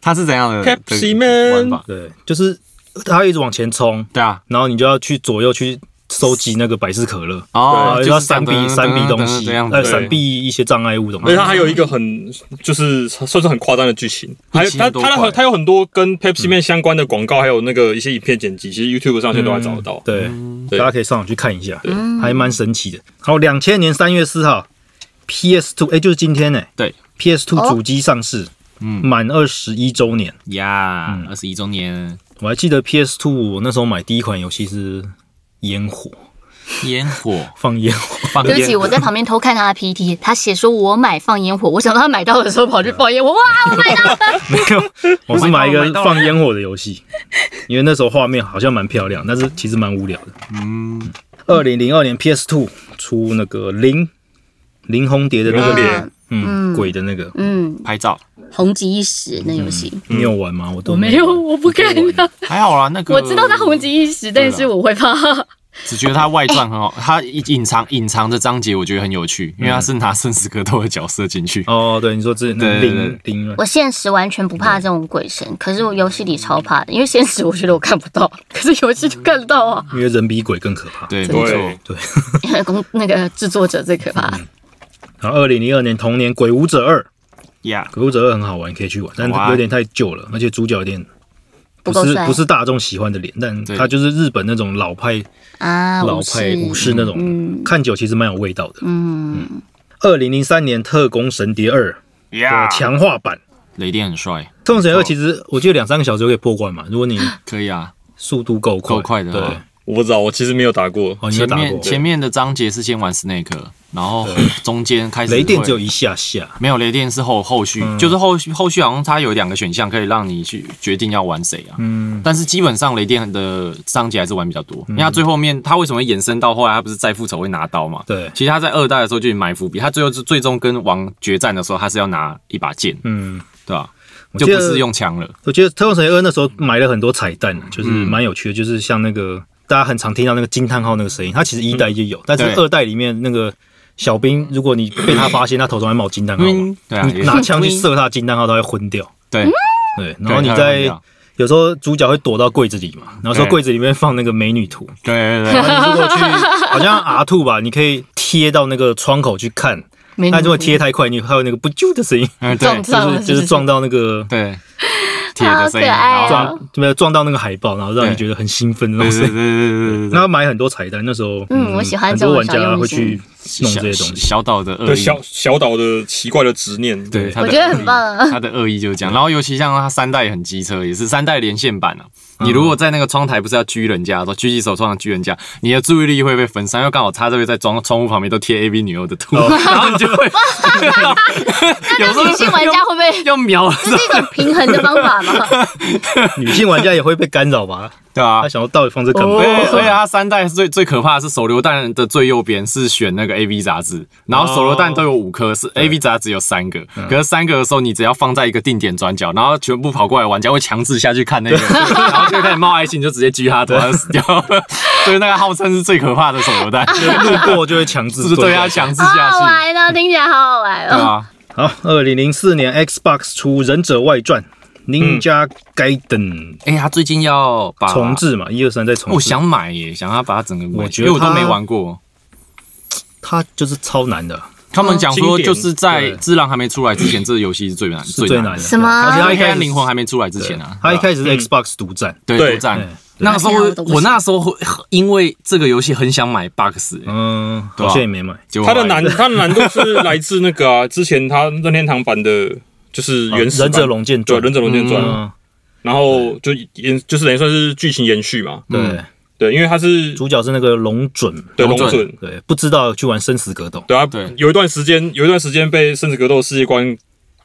他是怎样的 Pepsi 的玩 Man 法？对，就是它一直往前冲，对啊，然后你就要去左右去收集那个百事可乐，然哦后，就要是这闪样避噔噔闪避噔东噔西，这样呃，子。对闪避一些障碍物什么而且它的。还有一个很就是算是很夸张的剧情，还有它1000多它块嗯它它有很多跟 Pepsi Man 相关的广告，还有那个一些影片剪辑，其实 YouTube 上现在都还找得嗯到。对，对大家可以上网去看一下，还蛮神奇的。好，两千年三月四号，PS Two，哎，就是今天呢，对，PS Two 哦主机上市，嗯满二十一周年，呀，二十一周年，我还记得 PS Two 我那时候买第一款游戏是烟火，烟火放烟火。放对不起，烟我在旁边偷看他的 PPT，他写说我买放烟火，我想到他买到的时候跑去放烟火，哇，我买到了！ 没有，我是买一买个到了放烟火的游戏，因为那时候画面好像蛮漂亮，但是其实蛮无聊的。嗯，二零零二年 PS Two 出那个零零红蝶的那零红个蝶，嗯，鬼的那个，嗯，拍照红极一时那游戏，你有玩吗？我都我没有，我不敢啊。还好啦，那个我知道他红极一时，但是我会怕。只觉得他外传很好，他隐藏隐藏的章节我觉得很有趣，因为他是拿圣斯格斗的角色进去。哦，对，你说之前那个对对对零零了我现实完全不怕这种鬼神，可是我游戏里超怕的，因为现实我觉得我看不到，可是游戏就看得到啊。因为人比鬼更可怕。对，没对错，对。公那个制作者最可怕，然后二零零二年同年《鬼舞者二》，《呀，鬼舞者二》很好玩，可以去玩，但好玩有点太旧了，而且主角有点不不够是帅不是大众喜欢的脸，但对他就是日本那种老派啊，老武派士武士那种，看久其实蛮有味道的。嗯，二零零三年《特工神谍二》呀的，强化版，雷电很帅， 《特工神谍二》其实我记得两三个小时就可以破关嘛，如果你嗯可以啊。速度够快，够快的对，啊我不知道，我其实没有打过。哦，你有前打过面前面的章节是先玩 Snake，然后中间开始雷电会只有一嗯下下，没有雷电是后后续，就是后续后续好像它有两个选项可以让你去决定要玩谁啊。嗯，但是基本上雷电的章节还是玩比较多，因为它最后面它为什么会延伸到后来他不是再复仇会拿刀嘛？对，其实他在二代的时候就已经埋伏笔，他最后是最终跟王决战的时候，他是要拿一把剑，嗯，对吧、我就记得不是用枪了，我觉得《特工神谍二》那时候埋了很多彩蛋，就是蛮有趣的，就是像那个大家很常听到那个惊叹号那个声音，它其实一代就有，但是嗯对二代里面那个小兵，如果你被他发现，他头上会冒金蛋号嘛，嗯，对啊，你也拿枪去射他的金蛋号，他会昏掉。对，对，然后你对在有时候主角会躲到柜子里嘛，然后说对柜子里面放那个美女图，对对对对，然后你如果去好像 R two 吧，你可以贴到那个窗口去看，没但如果贴太快，你还有那个不啾的声音，嗯撞对就上了是就是撞到那个对，铁的声音，好可爱然后哦撞撞没有撞到那个海报，然后让你对觉得很兴奋的那对种对声对音。对对对那对要买很多彩蛋，那时候嗯我喜欢很这多种玩小家用会心去弄这些小东西。小岛的恶对意，小小岛的奇怪的执念，对，他我的觉得恶很意棒啊他的恶意就是这样。然后尤其像他三代也很机车，也是三代连线版啊。嗯你如果在那个窗台不是要狙人家的时候，狙击手通常狙人家，你的注意力会被分散，因为刚好他这位在窗窗户旁边都贴 A V 女优的图，哦然后你就 会有时候女性玩家 会不会？要 瞄了，这是一种平衡的方法吗？女性玩家也会被干扰吧？对啊他。想要到底放这干嘛对？，而且他三代最最可怕的是手榴弹的最右边是选那个 A V 杂志，然后手榴弹都有五颗，哦是 A V 杂志有三个，嗯可是三个的时候你只要放在一个定点转角，然后全部跑过来玩家会强制下去看 那个，然后就开始冒爱心，就直接狙他头，他就死掉 了。所以那个号称是最可怕的手 榴弹，路过就会强制是不是对啊他。强制好下好去？玩哦，听起来好好玩 对哦。啊，好，二零零四年 Xbox 出《忍者外传》Ninja 嗯 Gaiden 哎，他最近要把重，置啊嘛，一二三再重哦我置。想买耶，想要把它整个买，我觉因得为我都他没玩过。它就是超难的，他们讲说，经典就是在对《智狼》还没出来之前，这个游戏是最难、是最难的。什么而且他它一黑开暗始灵魂还没出来之前啊，它一始开始嗯是 Xbox 独占。对对独占对，那个时候那天啊我都不我那时候会因为这个游戏很想买 box，欸嗯，对啊好像也没买。结果它后的来 难，它的难度是来自那个啊，之 前它任天堂版的，就是原始版忍者龙剑传，对哦忍者龙剑传，嗯，然后就延就是等于算是剧情延续嘛，对，对，因为它是主角是那个龙准，对龙龙准准，对，不知道去玩生死格斗。对啊对，有一段时间有一段时间被生死格斗世界观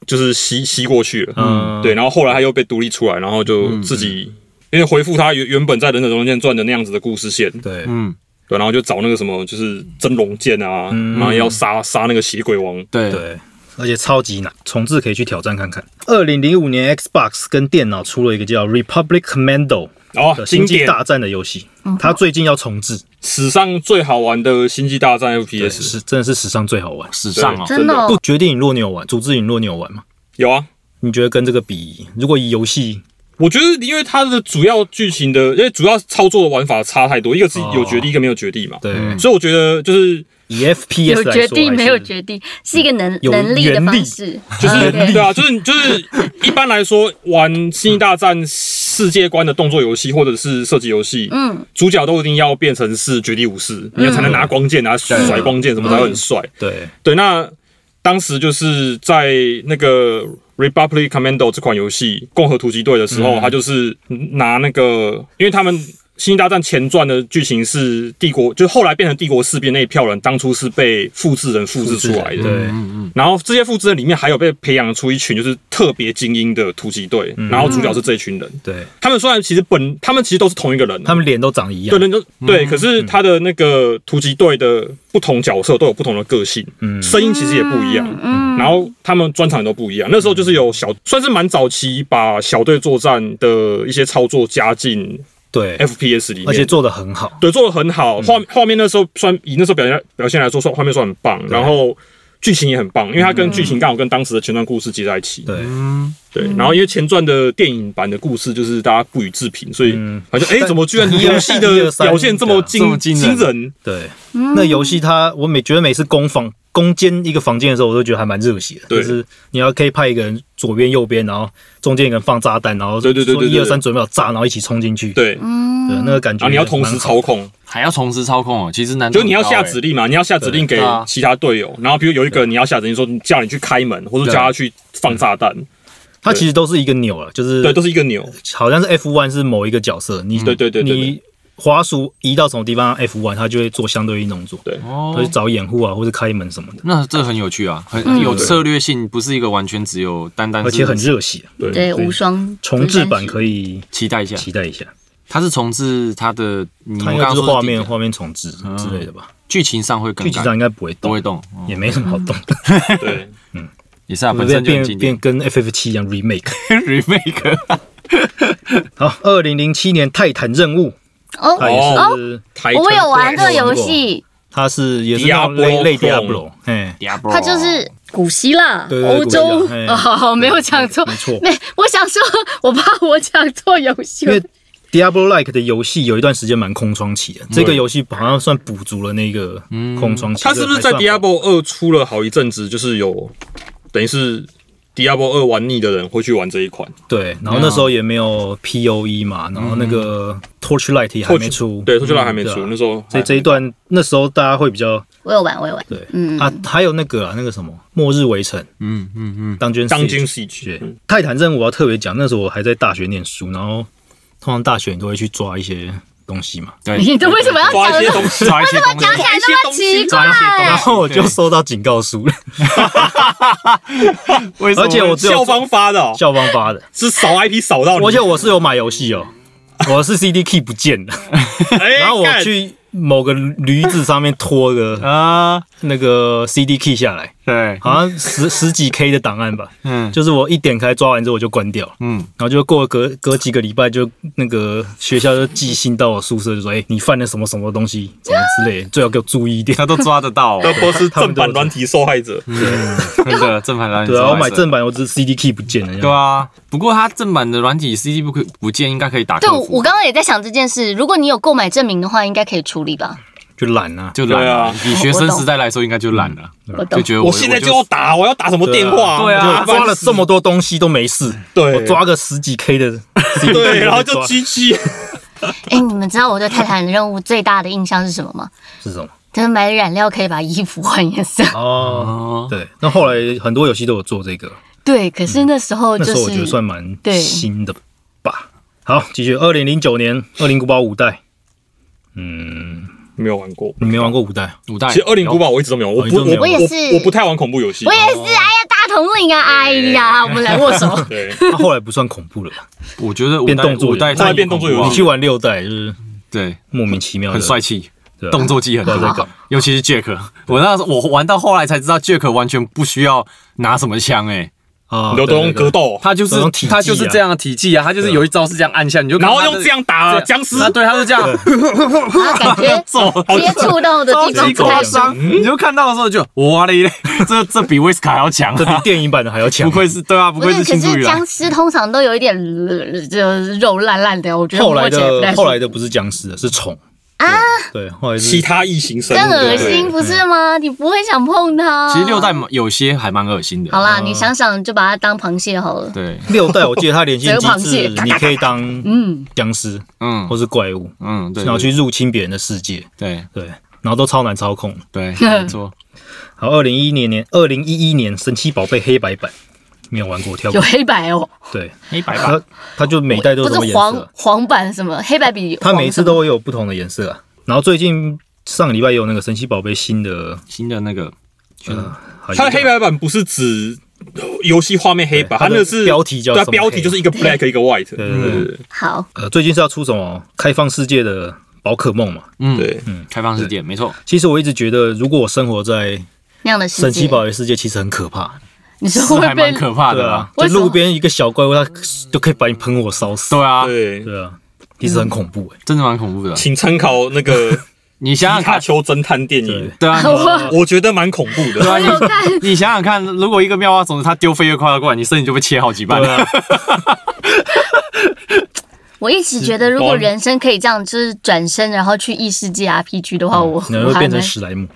就是吸吸过去了，嗯，对，然后后来他又被独立出来，然后就自己。因为回复他原原本在《忍者龙剑传》的那样子的故事线，对，嗯，对，然后就找那个什么，就是真龙剑啊，嗯然后要杀杀那个血鬼王，对，对，而且超级难，重置可以去挑战看看。二零零五年 Xbox 跟电脑出了一个叫《Republic Commando 然》后的啊经星际典大战的游戏，它最近要重置，史上最好玩的星际大战也 FPS，是真的是史上最好玩。史上哦，真的哦不，决定你若你有玩，组织你若你有玩吗？有啊。你觉得跟这个比，如果以游戏，我觉得，因为它的主要剧情的，因为主要操作的玩法差太多，一个是有决定，一个没有决定嘛。哦对，嗯嗯所以我觉得就是以 FPS 有来说，决定还是没有决定，是一个能有能力的原力方式，就是嗯对对啊，就是就是一般来说玩《星际大战》世界观的动作游戏或者是射击游戏，嗯，主角都一定要变嗯成是绝地武士，你要才能拿光剑啊，甩光剑什么才会很帅。对对，那当时就是在那个 Republic Commando 这款游戏《共和突击队》的时候，他就是拿那个，因为他们。星际大战前传的剧情是帝国，就后来变成帝国士兵那一票人，当初是被复制人嗯复制出来嗯的。对，然后这些复制人里面还有被培养出一群就是特别精英的突击队，然后主角是这一群人。对他们虽然其实本他们其实都是同一个人啊，他们脸都长一对样，人都对，可是他的那个嗯突击队的不同角色都有不同的个性，嗯声音其实也不一样，嗯然后他们专场都不一样。那时候就是有小，算是蛮早期把小队作战的一些操作加进对， FPS 里面，而且做的很好，对，做的很嗯好，画画面那时候算以那时候表现表现来说，算画面算很棒，然后剧情也很棒，因为它跟剧情刚好跟当时的前传故事接在一起。对，嗯，对，然后因为前传的电影版的故事就是大家不予置评，所以嗯好像哎，怎么居然但游 戏的表现这么啊这惊么惊人嗯惊人？对，嗯那游戏它，我每觉得每次攻防攻坚一个房间的时候，我都觉得还蛮热血的。对就是你要可以派一个人左边、右边，然后中间一个人放炸弹，然后对对对说对对一二三准备好炸，然后一起冲进去。对，嗯对，那个感然觉后你要同时蛮好操控，还要同时操控哦，其实难度就很你要高下欸指令嘛，你要下指令给对啊其他队友，然后比如有一个你要下指令说你叫你去开门，或者啊对叫他去放炸弹，它其实都是一个钮了，就是对，都是一个钮，好像是 F one 是某一个角色，你对对对对对你滑鼠移到什么地方，F one 它就会做相对应动作，它哦去。找掩护啊，或者开门什么的，那这很有趣啊，很有策略性，不是一个完全只有单单嗯是，而且很热血。啊对，无双重置版可以期待一下。期待一下，它是重置它的，你它们应刚该刚就是说的画第一面个画面重置哦之类的吧，剧情上会更剧情上应该不会不动会，动，哦也没什么好动。 对。也是啊，我本变身就很变经典变。跟 FF 七一样 remake。 remake 好，二零零七年《泰坦任务》，哦它也是，台我有玩这对个游戏，它是也是那种类 Diablo 类 Clone Diablo，哎， Diablo，它就是古希腊、对对对欧洲古希腊嘿哦，没有讲错，没错 没，我想说，我怕我讲错游戏因，为 Diablo like 的游戏有一段时间蛮空窗期的，这个游戏好像算补足了那个嗯空窗期。他是不是在这个还算好 Diablo 二出了好一阵子，就是有等于是 Diablo 二玩腻的人会去玩这一款，对，然后那时候也没有 POE 嘛，然后那个 Torchlight 也还没出，嗯对，出去了还没对出啊，那时候所以这一段那时候大家会比较我有玩，我有玩，对嗯啊，还有那个啊那个什么《末日围城》嗯嗯嗯，当军当今对 Siege，嗯，泰坦任务我要特别讲，那时候我还在大学念书，然后通常大学你都会去抓一些东西嘛， 对，你都为什么要抓讲一些的东西，找一些东西讲起来那么奇抓一些东西然怪？后我就对收到警告 书了，为什么而且我只有校方发的哦，校方发的，是扫 IP 扫到你，而且我是有买游戏哦，我是 CD key 不见了，哎然后我干去某个驴子上面拖个啊，那个 CD key 下来，对，好像十十几 K 的档案吧，嗯就是我一点开抓完之后我就关掉了。嗯，然后就过了隔隔几个礼拜，就那个学校就寄信到我宿舍，就说：“哎、你犯了什么什么东西，什么之类的，最好给我注意一点。他都抓得 到哦，都都是他正版们都有软体受害者，真的正版软”体对啊，超我买白色正版，我只是 CD key 不见了。对啊，不过它正版的软体 CD 不可不见，应该可以打对，克我服。我刚刚也在想这件事，如果你有购买证明的话，应该可以处理吧？就懒啊，就懒了对啊，以学生时代来说，应该就懒了，我懂就，觉得我现在就要打，我要打什么电话？对啊我抓了这么多东西都没事，对我抓个十几 K 的 CD，对，然后就抓 GG，哎，你们知道我对泰坦任务最大的印象是什么吗？是什么？就是买染料可以把衣服换颜色。哦，哦，对。那后来很多游戏都有做这个，对，可是那时嗯候那时就是候我觉得算蛮对新的吧。好，继续，二零零九年《恶灵古堡五代》，嗯，没有玩过。你没玩过 五代？啊五代其实《恶灵古堡》我一直都没有，我不哦你都没有我我也是我不太玩恐怖游戏啊我，也是，哎呀，大统领啊，哎呀，我们来握手。对，它后来不算恐怖了吧？我觉得五变代动作五代游戏太变动作恐怖游了啊你戏去玩六代就是对，莫名其妙的，很帅气，对啊动作技很不知道在多干嘛，尤其是 Jack，我那时候我玩到后来才知道，Jack 完全不需要拿什么枪，哎，啊你都都用格斗，斗，他就是那种体技啊他就是这样的体技啊，他就是有一招是这样按下，你就看然后他的用这样打这僵尸，他对，他是这样 然后感觉走。接触到的超地级方不太夸爽。张，你就看到的时候就哇嘞嘞，这这比威斯卡还要强这啊！比电影版的还要强。不愧是对啊，不不愧是，可新助是语啊僵！尸通常都有一点呃就是肉烂烂的，我觉得后来摸起来不的太后爽来的不是僵尸了，是虫啊，对，后来其是他异形生真物，恶对不对心，不是吗？你不会想碰它。其实六代有些还蛮恶心的。呃好啦，你想想就把它当螃蟹好了。对，六代，我记得它连线机只有制螃蟹，你可以当嗯，僵尸嗯 或是怪物，嗯，对，然后对去入侵别人的世界。对，对，然后都超难操控。 对，没错，好，二零一一年年二零一一年神奇宝贝黑白版没有玩过，跳有过。黑白哦，对，黑白吧，它它就每代都有什不么是颜黄色，黄版什么黑白比黄什它么，每一次都会有不同的颜色啊。然后最近上个礼拜有那个神奇宝贝新的，新的那个呃，好它像的黑白版不是指游戏画面黑白，对它它的那个是标题叫对啊什么标题就是一个 black 一个 white。对对对对好，呃，最近是要出什么开放世界的宝可梦嘛？嗯，对，开放世界，没错，其实我一直觉得，如果我生活在那样的世神奇界，宝贝世界，其实很可怕。你说是会还被蛮可怕对的啊啦，，在为什么路边一个小怪物，它就可以把你喷火烧死。对啊，对，对啊，其实很恐怖哎、真的蛮恐怖的。请参考那个《你皮想想卡 看，丘侦探》电影，对啊，你我觉得蛮恐怖对的。啊，我有看你你想想看，如果一个妙蛙种子它丢飞越快过来，你身体就被切好几半对。 啊，我一直觉得，如果人生可以这样，就是转身然后去异世界 RPG 的话，我然我后还嗯变成蛮。史莱姆。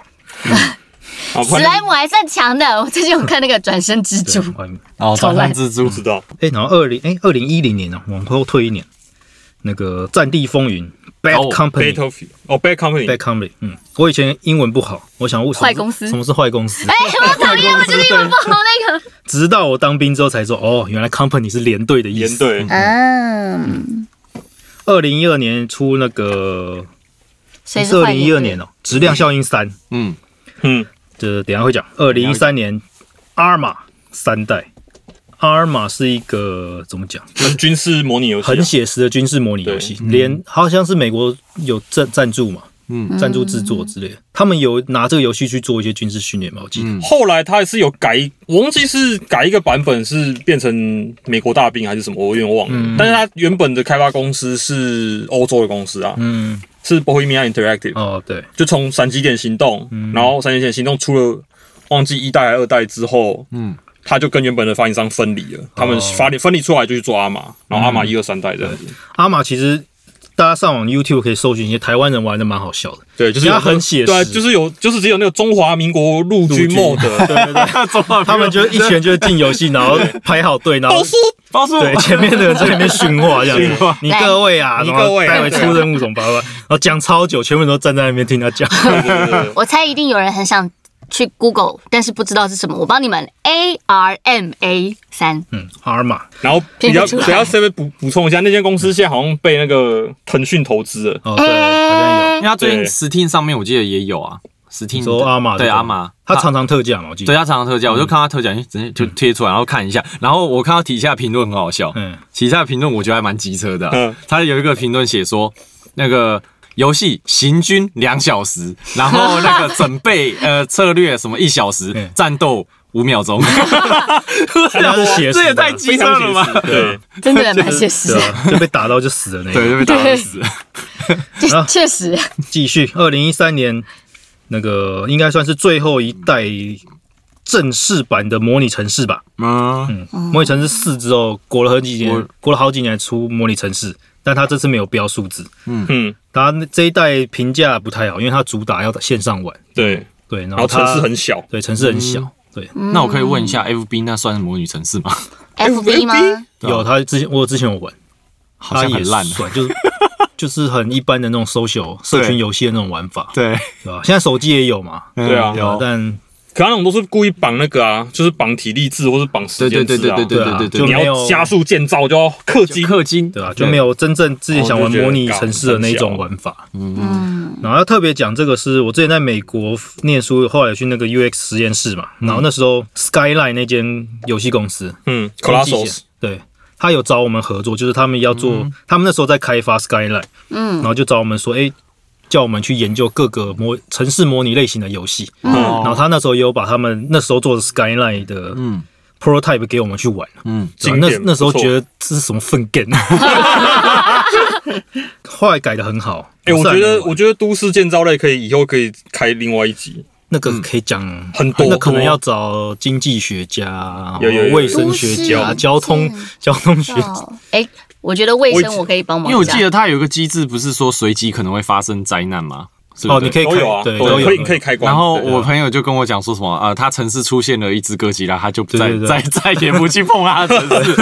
好，史反正莱姆还算强的，我最近有看那个《转身蜘蛛对，》，外面。哦，超长烂看蜘蛛不知道哎、然后二零哎二零一零年哦、往后退一年，那个《战地风云》Bad 哦 Company、 Battlefield 哦，Bad Bad Company， Company，嗯，我以前英文不好，我想为什么坏公司什么是坏公司？哎，我讨厌，我就是因为不好那个。直到我当兵之后才说，哦，原来 company 是连队的意连思。队嗯，二零一二年出那个谁是是二坏零一二年哦？哦，《质量效应三》，嗯，嗯，这等一下会讲。二零一三年阿尔玛三代，阿尔玛是一个怎么讲？就是军事模拟游戏啊很，写实的军事模拟游嗯戏，连好像是美国有赞赞助嘛，嗯赞助制作之类的，他们有拿这个游戏去做一些军事训练嘛，我记得。嗯后来他也是有改，我忘记是改一个版本是变成美国大兵还是什么，我有点忘了。嗯但是他原本的开发公司是欧洲的公司啊，嗯，是 Bohemia Interactive，、哦嗯对，就从闪击点行动，然后闪击点行动出了忘记一代还是二代之后，嗯，他就跟原本的发行商分离哦了，他们发分离出来就去做阿玛，然后阿玛嗯一二三代这样子，阿玛其实大家上网 YouTube 可以搜寻一些台湾人玩的蛮好笑的，对，就是有人家很写实对啊，就是有就是只有那个中华民国陆军陆军 mod，对 他们就一群人就进游戏，然后排好队，然都 后说包叔，对前面的人在那边训话这样训子话，你各位啊，你然后各位啊待会出任务怎么办？然后讲超久，全部人都站在那边听他讲。对对对对我猜一定有人很想去 Google，但是不知道是什么。我帮你们 A R M A 三，嗯，阿尔玛然后比较听不出来比较稍微补补充一下，那间公司现在好像被那个腾讯投资了。哦对，好像有嗯因为他最近对 Steam 上面我记得也有啊，Steam 说阿玛对这种阿玛，他常嗯常特价嘛，我记对得。他常常特价，我就看他特价，哎直接就贴出来，然后看一下，然后我看到底下评论很好笑，嗯，其他的评论我觉得还蛮机车的、嗯啊。他有一个评论写说，那个游戏行军两小时，然后那个准备呃策略什么一小时嗯，战斗五 秒钟。家是写实的这也太机非车常了写吧实，？对，真的蛮写实对的，啊，就被打到就死了那对，个。就被打到死。 这确实继续，二零一三年那个应该算是最后一代正式版的模拟城市吧。嗯，嗯，模拟城市四之后，过了很几年我，过了好几年出模拟城市，但它这次没有标数字。嗯，它这一代评价不太好，因为它主打要线上玩，对，对，然然后后它城市很小，对城市很嗯小，对，那我可以问一下，FB 那算是模拟城市吗？ F B 吗？对啊有它之前我之前有玩，好它像也很烂。啊算就是 就是很一般的那种 social 社群游戏的那种玩法，对对吧？现在手机也有嘛，对啊对吧有但可他那种都是故意绑那个啊，就是绑体力制或是绑时间制啊。对对对啊对对对就你没要有加速建造就要氪金，氪金对啊，就没有真正自己想玩模拟城市的那种玩法。嗯，然后要特别讲这个是我之前在美国念书，后来去那个 UX 实验室嘛，然后那时候 Skyline 那间游戏公司嗯空气，Colossus 险对。他有找我们合作，就是他们要做，嗯他们那时候在开发 Skyline，嗯然后就找我们说，哎、叫我们去研究各个模城市模拟类型的游戏。嗯哦然后他那时候也有把他们那时候做的 Skyline 的嗯 prototype 给我们去玩，嗯，对吧经那典那时候不错觉得这是什么粪 g 后来改的很好。哎、我觉虽然没得玩我觉得都市建造类可以以后可以开另外一集，那个可以讲嗯很多那可能要找经济学家、有有有有卫生学家、交都市通建造交通学家。哦哎，我觉得卫我已生经我可以帮因忙为一我下，记得它有一个机制，不是说随机可能会发生灾难吗？是不哦，是你可以都开有啊，对，都都有可以可以。开关。然后对我朋友就跟我讲说什么，呃，他城市出现了一只哥吉拉，他就不再对对对 再再也不去碰他的城市。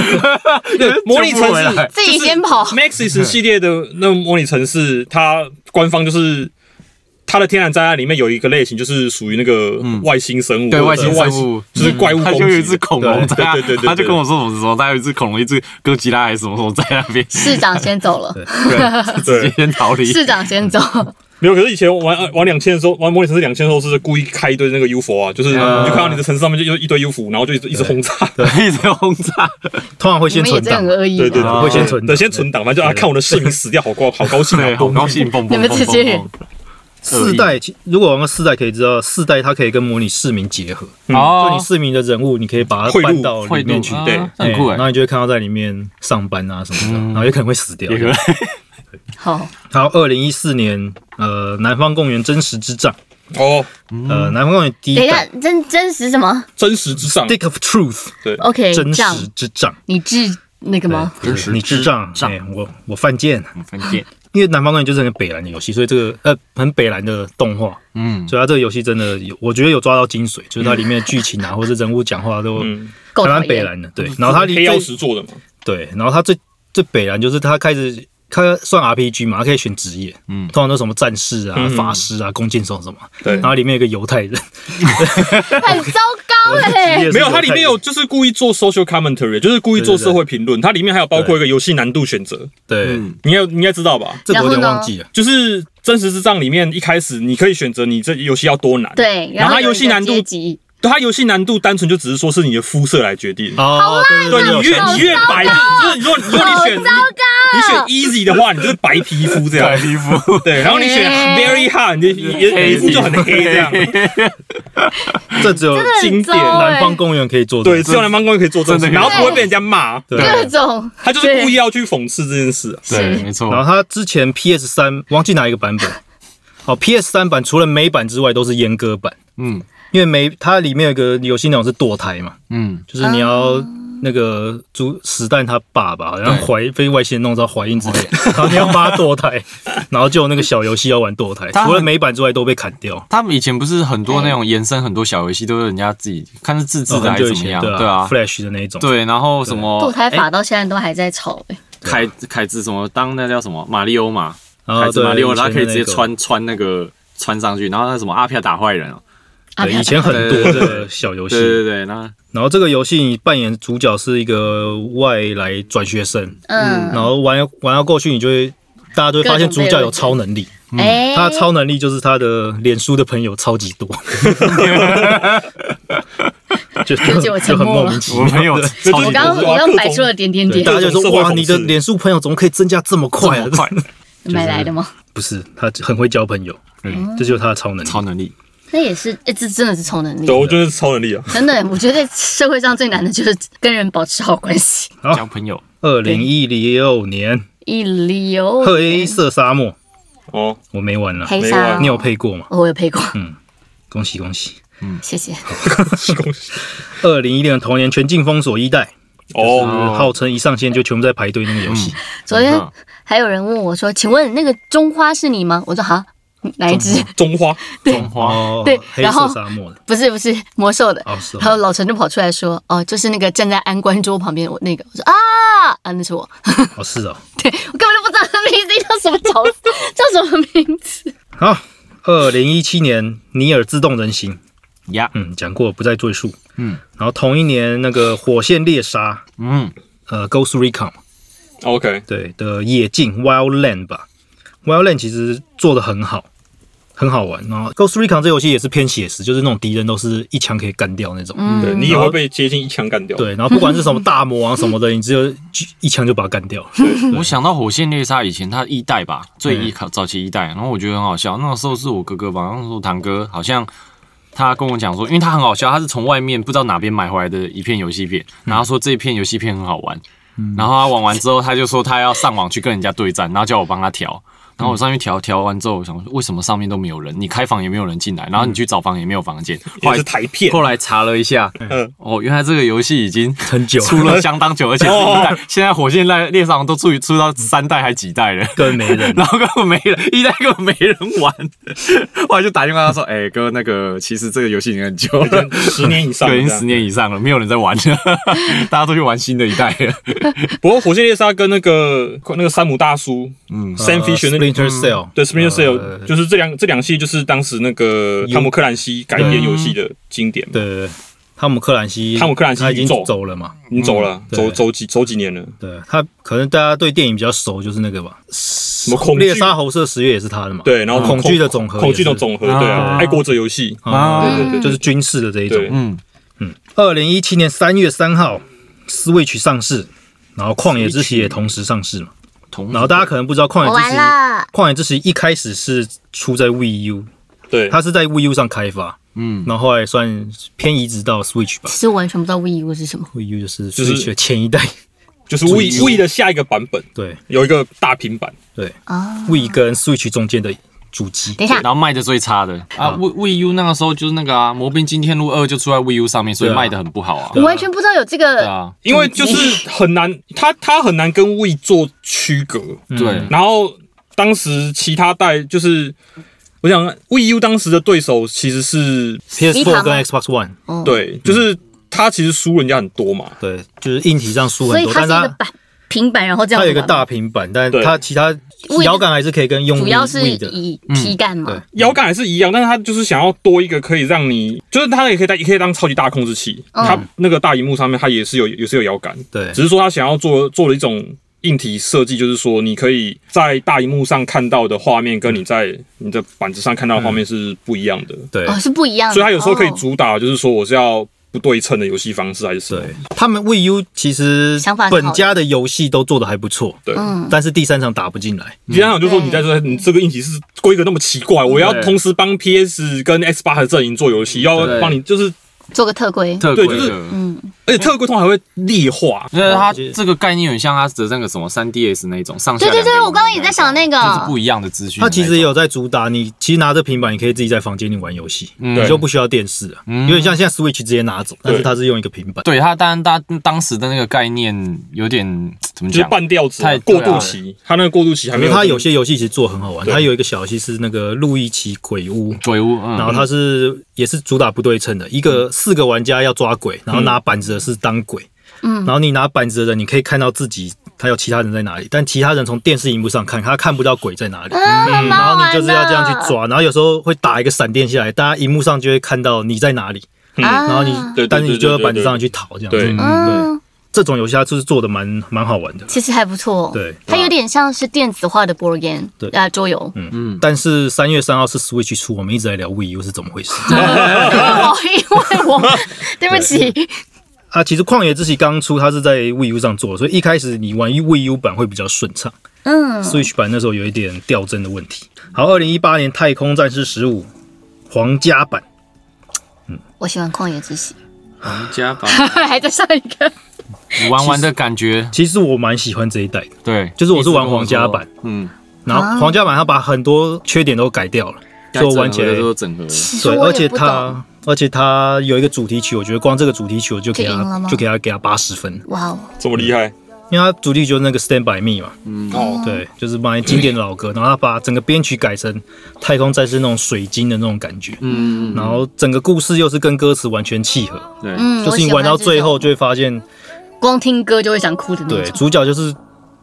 对模拟城救不回市来自己先跑， Maxis 系列的那模拟城市，它官方就是。它的天然灾害里面有一个类型，就是属于那个外星生物，嗯对或外者是星生物就是怪物他攻击就有一只恐龙在那，对对对对对他就跟我说什么什么，他有一只恐龙，一只哥吉拉还是什么什么在那边， 市长先走了，对，直接先逃离。市长先走，没有，可是以前玩呃玩两千的时候，玩模拟城市两千的时候是故意开一堆那个 UFO 啊，就是你就看到你的城市上面就有一堆 UFO，然后就一直一直轰炸。 一直轰炸，通常会你先们也存真的档很，恶意。对对哦对，会先存档对，先存档，反正就啊，看我的市民死掉，好高好高兴对，啊，好高兴，蹦蹦蹦你们蹦这些人蹦四代其如果玩过四代，可以知道四代它可以跟模拟市民结合，嗯哦，就你市民的人物，你可以把它贿赂搬到会里面去，嗯对很酷哎然，后你就会看到在里面上班啊什么的，然后也可能会死掉。也可以好，还有二零一四年，呃，南方公园真实之战，哦，呃，南方公园第一等一下代，真真实什么真实之上， Stick of Truth， ？OK，真账，实之杖，你治那个吗？对真实你智之障，杖哎我我犯贱。分店，因为南方公园就是很北蓝的游戏，所以这个呃很北蓝的动画，嗯，所以它这个游戏真的有，我觉得有抓到精髓，就是它里面的剧情啊，或者人物讲话都嗯，够还讨蛮北厌。蓝的。对，然后它黑离曜最石做的嘛，对，然后它最最北蓝就是它开始它算 RPG 嘛，它可以选职业，嗯，嗯通常都什么战士啊、嗯法师啊、弓箭手什么，对然后里面有一个犹太人，很糟糕欸职嘞、业是没有，它犹太里面有人就是故意做 social commentary，就是故意做社会评论，它里面还有包括一个游戏难度选择，对，嗯你应该你应该知道吧？这个我有点然后呢忘记了，就是真实之上里面一开始你可以选择你这游戏要多难，对，然后它后有游戏难一度个阶级，对，它游戏难度单纯就只是说是你的肤色来决定。哦，对对对对，你越我想你起来越白，就是如果如果你选你选 easy 的话，你就是白皮肤这改样。衣服，对，然后你选哎 very hard，你的你的皮肤就很黑这样。这只有很经糟典欸南方公园可以做到，对，只有南方公园可以做这种事，真的然可以后不会被人家骂。对各种他就是故意要去讽刺这件事啊。对，没错然，后它之前 PS 三忘记哪一个 版本，哦，PS 三版除了美版之外都是阉割版，嗯因为美它里面有个游戏内容是堕胎嘛，嗯，就是你要那个朱史旦他爸爸好像怀被外星人弄到怀孕之 类，然后你要帮他堕胎，然后就有那个小游戏要玩堕胎，他很除了美版之外都被砍掉。他们以前不是很多那种延伸很多小游戏，都是人家自己看是自制的哦很还久是以怎么前样，对对啊， ，Flash 的那一种，对，然后什么堕胎法到现在都还在吵、欸，凯凯子什么当那叫什么马里欧嘛，然凯后子对马里欧，他可以直接，以前的穿穿那个穿上去，然后那什么阿飘打坏人哦，那啊个对，以前很多的小游戏对，对对，那然后这个游戏你扮演主角是一个外来转学生，嗯，然后玩玩到过去，你就会大家都会发现主角有超能力，哎、他的超能力就是他的脸书的朋友超级多， 就不起就就我沉很默了莫名其我妙。们有超我级刚我刚摆出了点点点大，家就各说种社哇，会讽刺你的脸书朋友怎么可以增加这么快啊？快买来的吗？ 不是，他很会交朋友，哦嗯这就是他的超能力。超能力，那也是，哎、这真的是超能力对，。我觉得是超能力啊。真的，我觉得社会上最难的就是跟人保持好关系。好交朋友，二零一六年， 一流黑色沙漠哦，我没玩了，黑没沙玩，你有配过吗？哦？我有配过，恭喜恭喜！谢谢。恭喜！二零一六年同年全境封锁一代，就是哦，号称一上线就全部在排队那个游戏。昨天还有人问我说：“请问那个中花是你吗？”我说：“哈，哪一只？中花中花哦，对黑然后色沙漠的， 不是，不是魔兽的。哦是哦然后老陈就跑出来说：“哦，就是那个站在安官桌旁边我那个。”我说：“啊啊，那是我。 哦是哦。对我根本就不知道他名字叫什么角色，叫什么名字。好，二零一七年尼尔自动人形，呀，嗯，讲过不再赘述。嗯，然后同一年那个火线猎杀，嗯，呃，Ghost Recon ，OK，对的野境 Wildland 吧，Wildland 其实做的很好，很好玩。然后 Ghost Recon 这游戏也是偏写实，就是那种敌人都是一枪可以干掉那种。对嗯，你也会被接近一枪干掉。对，然后不管是什么大魔王什么的，你只有就一枪就把它干 掉了。我想到火线猎杀以前它一代吧，最一嗯早期一代，然后我觉得很好笑，那个时候是我哥哥吧，那时候堂哥好像。他跟我讲说，因为他很好笑，他是从外面不知道哪边买回来的一片游戏片，嗯然后说这一片游戏片很好玩，然后他玩完之后，他就说他要上网去跟人家对战，然后叫我帮他调。然后我上去调调完之后，我想说为什么上面都没有人？你开房也没有人进来，然后你去找房也没有房间。后嗯也来是台 片。后来查了一下，嗯哦，原来这个游戏已经很久出了相当久，而且是一代。现在火箭猎猎上都出出到三代还几代了。根本没人，然后根本没人，一代根本没人玩，后来就打电话他说：“哎、哥，那个其实这个游戏已经很久了，十年以上对，已这经十样，年以上了，没有人在玩了，大家都去玩新的一代了。不过《火线猎杀》跟那个那个山姆大叔嗯 Sam Fisher 呃那 Splinter Cell，对 Splinter Cell、呃就是这两这两系就是当时那个有汤姆克兰西改编游戏的经典。对对对，汤姆克兰西，汤姆克兰西他已经已经走了嘛？你走了，嗯对走走几走几年了？对他可能大家对电影比较熟，就是那个吧，什么恐惧猎杀红色十月也是他的嘛？嗯对，然后恐惧的总和也是，恐惧的总和，对啊，啊爱国者游戏，啊，对对对，就是军事的这一种对。嗯，二零一七年三月三号，Switch 上市，然后《旷野之息》也同时上市嘛。同然后大家可能不知道，《旷我野之完息》了《旷野之息》一开始是出在 Wii U，对，它是在 Wii U 上开发，嗯，然后后来算偏移植到 Switch 吧其。实我完全不知道 Wii U 是什么。 Wii U 就是就是 Switch 的前一代，就是 We We 的下一个版本对有一个大平版，对哦，Wii 跟 Switch 中间的主机。等一下然，后卖的最差的啊，V V U 那个时候就是那个啊，《魔兵惊天录二》就出在 V U 上面，所以对啊卖的很不好啊。我完全不知道有这对个。啊，因为就是很难，它它很难跟 We 做区隔。对，然后当时其他代就是，我想 We U 当时的对手其实是 PS4 Vita 吗跟 Xbox One，哦，对，就是他其实输人家很多嘛。对，就是硬体上输所很以多，但它是是一个它板平板，然后这样它子有一个玩大平板，但对它其他 Wii 摇杆还是可以跟用主 Wii 要是 Wii 的。以体感嘛。嗯对摇杆还是一样，但是他就是想要多一个可以让你，就是它也可以当也可以当超级大控制器。嗯它那个大荧幕上面它也是有也是有摇杆，对只是说他想要做做了一种硬体设计，就是说你可以在大荧幕上看到的画面，跟你在嗯你的板子上看到的画面是不一样的。对哦，是不一样的。所以它有时候可以哦主打，就是说我是要不对称的游戏方式还是什么对？，他们 Wii U 其实想法很好本家的游戏都做的还不错，对，嗯，但是第三场打不进来。李家长就说你在这，你这个硬体是规格那么奇嗯怪，我要对同时帮 PS 跟 X 八和阵营做游戏，要对帮你就是，做个特规。特对贵就是的。嗯，而且特规通常还会劣化，因为它这个概念很像它的那个什么三 DS 那一种上下对两个荧幕那对对，一种。我刚刚也在想那就是不个。一样的资讯的那它一种。其实也有在主打，你其实拿着平板，你可以自己在房间里玩游戏，嗯你就不需要电视了，嗯有点像现在 Switch 直接拿走，但是它是用一个平板。对他，当然大当时的那个概念有点怎么就是嗯讲？半吊子啊太过渡期，它那个过渡期还因没为有。它有些游戏其实做得很好玩，对它有一个小游戏是那个《路易奇鬼屋》，鬼屋，嗯，然后它是也是主打不对称的，一嗯个四个玩家要抓鬼，然后拿板子的是当鬼，嗯然后你拿板子的人，你可以看到自己还有其他人在哪里，但其他人从电视荧幕上看，他看不到鬼在哪里，嗯啊，蛮然好后你玩就是要这样的去抓，然后有时候会打一个闪电下来，大家荧幕上就会看到你在哪里，啊，嗯然后你对对对但是你就要板子上对去逃这样对子。嗯，哦这种游戏它就是做的蛮蛮好玩的，其实还不错。对它有点像是电子化的 board game，对啊，桌游。 嗯，但是三月三号是 Switch 出，我们一直在聊 Wii U 是怎么回 事。啊我因为我对不起，啊，其实《旷野之息》刚出，它是在 Wii U 上做的，所以一开始你玩 Wii U 版会比较顺畅。嗯， Switch 版那时候有一点掉帧的问题。好，二零一八年《太空战士十五》皇家版，我喜欢旷野之息，加 吧，还在上一个，玩玩的感觉，其实我蛮喜欢这一代的，对，就是我是玩皇家版，嗯，然啊后皇家版它把很多缺点都改掉了，所以我玩起来都是整合的，其实对，我而也且不懂。它而且它有一个主题曲，我觉得光这个主题曲我就给就赢了它吗就给它给它八十分，哇哦，这么厉害因为它主题曲就是那个 Stand by Me 嘛，嗯哦，对，就是蛮经典的老歌，然后他把整个编曲改成太空战士那种水晶的那种感觉，嗯，然后整个故事又是跟歌词完全契合，对，嗯，就是你玩到最后我喜欢就会这种，发现，光听歌就会想哭的那嗯对，种。主角就是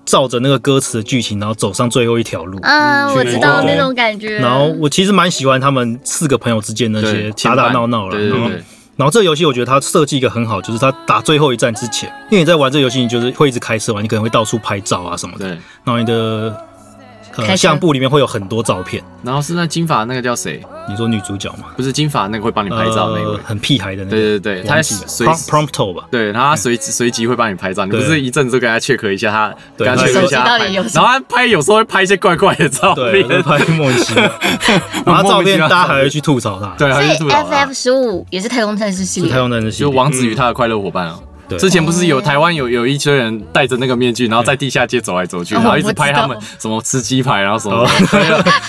照着那个歌词的剧情，然后走上最后一条路。啊，我知道对那种感觉。然后我其实蛮喜欢他们四个朋友之间那些对，打打闹闹了，嗯对然后对对，然后这个游戏我觉得它设计一个很好，就是它打最后一战之前，因为你在玩这个游戏，你就是会一直开车玩，你可能会到处拍照啊什么的，对，然后你的开车呃相簿里面会有很多照片。然后是那金发那个叫谁？你说女主角嘛，不是金发那个会帮你拍照那呃位，很屁孩的那个，对对对，他忘记了随 Prom-，Prompto 吧，对，然后他随随即会帮你拍照，你不对是一阵子就跟他 check 一下他，对跟他他 check 一下他拍，手机到底有什然么后他拍有时候会拍一些怪怪的照对，就是片，拍莫名其 妙，然后照片大家还会去吐槽他，，对，所他以就吐槽他 FF 十五也是太空战士系是太列，空战士系就列，王子与他的快乐伙伴啊。对之前不是有台湾有有一堆人戴着那个面具，然后在地下街走来走去，哦然后一直拍他我们知什么吃鸡排，然后什么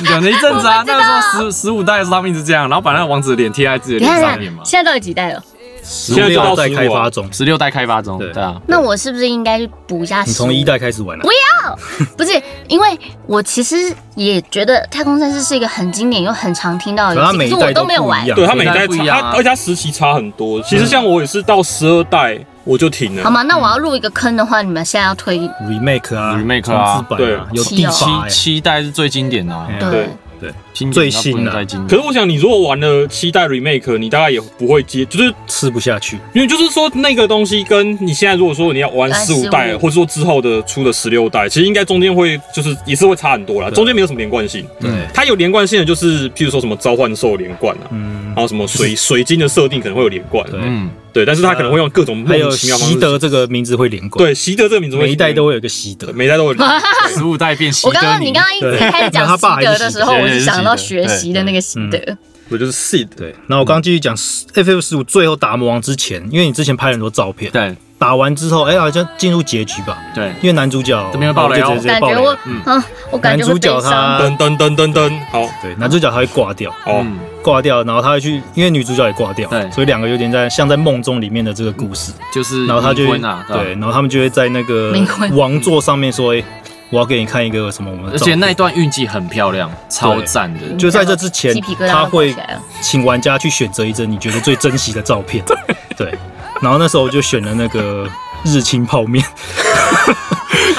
有有那一阵子啊，那个时候十十五代的时候他们一直这样，然后把那个王子的脸贴在自己的你看脸看上面嘛。现在到底几代了？十现在就到六代15开发中，十六代开发中，对对啊，那我是不是应该去补一下？你从一，代开始玩了啊不，要，不是，因为我其实也觉得《太空战士》是一个很经典又很常听到的可它游戏，每可一是代我都没有不玩一。样对他每一代不一差，样它啊而且它时期差很多。其实像我也是到十二代我就停了好。吗？那我要入一个坑的话，你们现在要推 remake 啊 remake 啊重制版啊，对有七第哦七八七代是最经典的、啊，哎对对对，经典最到新不能的再经可典。是我想，你如果玩了七代 remake，你大概也不会接，就是吃不下去。因为就是说那个东西跟你现在如果说你要玩玩四五15代，或者说之后的出的十六代，其实应该中间会就是也是会差很多啦，对啊中间没有什么连贯性。对，它有连贯性的就是譬如说什么召唤兽连贯啊，嗯然，后什么水水晶的设定可能会有连贯，对嗯，对，但是它可能会用各种莫还名有其妙的方习式。德这个名字会连贯，对，习德这个名字会每一代连都会有一个习德对。每一代都有连贯。十五代变习我刚德刚你尼刚，刚一直开始讲对他习爸德的时候，也我是就想到习德学习的那个习德。嗯我就是 seed，对，那我刚刚继续讲 FF 十五最后打魔王之前，因为你之前拍了很多照片，对打完之后，哎，好像进入结局吧，对，因为男主角这边爆雷哦就直接感爆觉雷我了，嗯啊，我感男觉会主悲角伤。他噔噔噔噔噔，好对男主角他会挂掉，哦，嗯挂掉，然后他会去，因为女主角也挂掉，对所以两个有点在像在梦中里面的这个故事，就是然后他就离会婚啊，对，对吧。然后他们就会在那个冥婚王座上面说，哎，我要给你看一个什么我们的而照且片，那一段运气很漂亮，超赞的。就在这之前嗯鸡皮，疙瘩他都会起来了请玩家去选择一张你觉得最珍惜的照片。 对，然后那时候我就选了那个日清泡 面，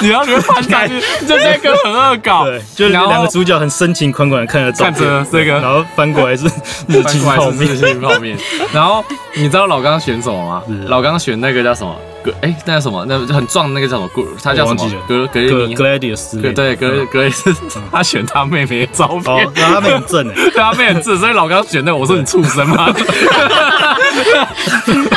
你要觉得翻 下去，就那个很恶搞对，就是两个主角很深情款款地看着照看着片，这个然后翻过来是日翻清过来泡是面，日清泡面。 嗯然后你知道老刚选什么吗是？老刚选那个叫什么？格哎，那叫什么？那很壮的那个叫什么？格他叫什我忘记么了？格格格雷尼。 Gladius 之类格的对格嗯格雷是 他选他妹妹的照片哦，，然后他们很正 哎，对啊他妹很智，所以老刚选那个我说你畜生吗？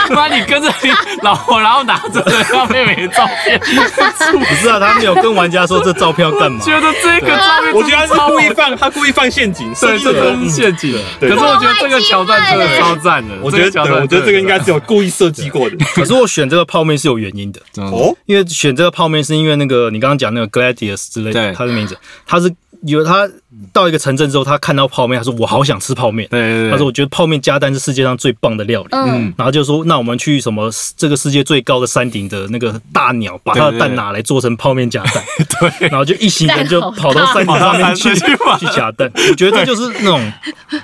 妈，你跟着你老婆，然后拿着他妹妹的照片，不是啊，他没有跟玩家说这照片要干 嘛，觉得这个照片我觉得他是故意放，他故意放陷阱，设对，计这的真是陷阱。可对是我觉得这个桥段真欸的超赞的，我觉得，这个桥对段我觉得这个应该是有故意设计过的。可是我选这个泡面是有原因的，哦，哦，因为选这个泡面是因为那个你刚刚讲那个 Gladius 之类的，对他的名字，他是有他到一个城镇之后，他看到泡面，他说我好想吃泡面，对对对，他说我觉得泡面加蛋是世界上最棒的料理，嗯，然后就说那我们去什么这个世界最高的山顶的那个大鸟，把它的蛋拿来做成泡面加 蛋，对，然后就一行人就跑到山顶上面去跑到山上去玩去夹蛋，我觉得这就是那种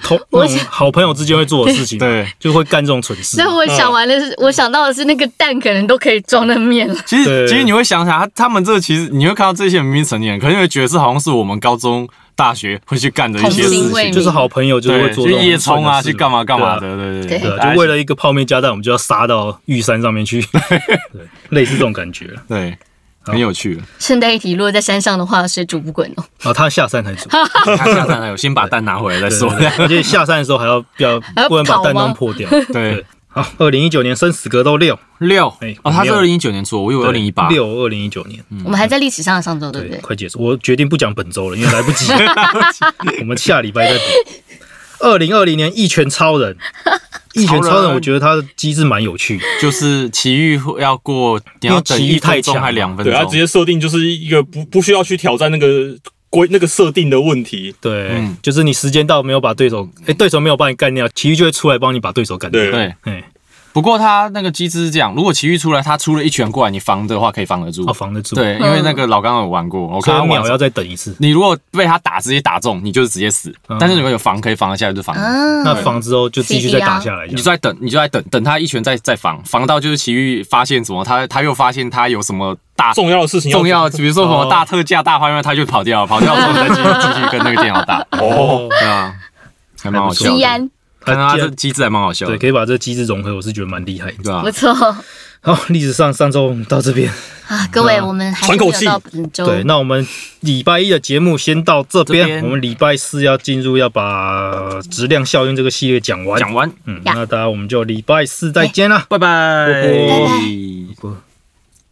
同那种好朋友之间会做的事情，对，就会干这种蠢事所以。我想完的是，我想到的是那个蛋可能都可以装在面了。其实对其实你会想想，他他们这其实你会看到这些明明成年人，可能会觉得是好像是我们高中、大学会去干的一些就同事情情未。是就是好朋友就是会对，做去这种夜冲啊，蠢事去干嘛干嘛对啊的，对对对对啊，就为了一个泡面加蛋，我们就要杀到玉山上面 去，对，类似这种感觉。对，很有趣。顺带一提，如果在山上的话，水煮不滚哦。然后他下山才煮， 他下蛋了，有先把蛋拿回来再对说。对对而且下山的时候还要不要还要不能把烤蛋吗弄破掉。 对，好，二零一九年生死格斗六，六哎哦，他是六二零一九年出，我以为二零一八。嗯六二零一九年，我们还在历史上的上周，对不嗯对，对？快结束，我决定不讲本周了，因为来不 及， 我们下礼拜再补。二零二零年一拳超人，一拳超超人，人我觉得他的机制蛮有趣的，就是奇遇要过，你因要为等奇遇一太分强钟了还两分对，他直钟。接设定就是一个不不需要去挑战那个规那个设定的问题。对嗯，就是你时间到没有把对手，哎，对手没有把你干掉，奇遇就会出来帮你把对手干掉，对对，哎，不过他那个机制是这样，如果奇遇出来，他出了一拳过来，你防的话可以防得住要。哦防得住，对，因为那个老刚有玩过，我所看以他玩秒要再等一次，你如果被他打直接打中，你就是直接死嗯。但是如果有防可以防得下来就防，啊，那防之后就继续再 CDR 打下来这你就样，在等，你就在等，等他一拳再再防，防到就是奇遇发现什么，他他又发现他有什么大重要的事情重要，比如说什哦么大特价、大花园，他就跑掉了，跑掉之后再 继续继续跟那个电脑打。哦，对啊，还蛮好笑西的。安看他既他这然机制还蛮好笑对，的，可以把这机制融合，我是觉得蛮厉害的。对吧不？错啊，好，历史上上周到这边，各位，我们还是喘没口有气到本周。对，那我们礼拜一的节目先到这边，这边我们礼拜四要进入要把质量效应这个系列讲完。讲完，嗯，呀那大家我们就礼拜四再见啦。拜拜拜拜。不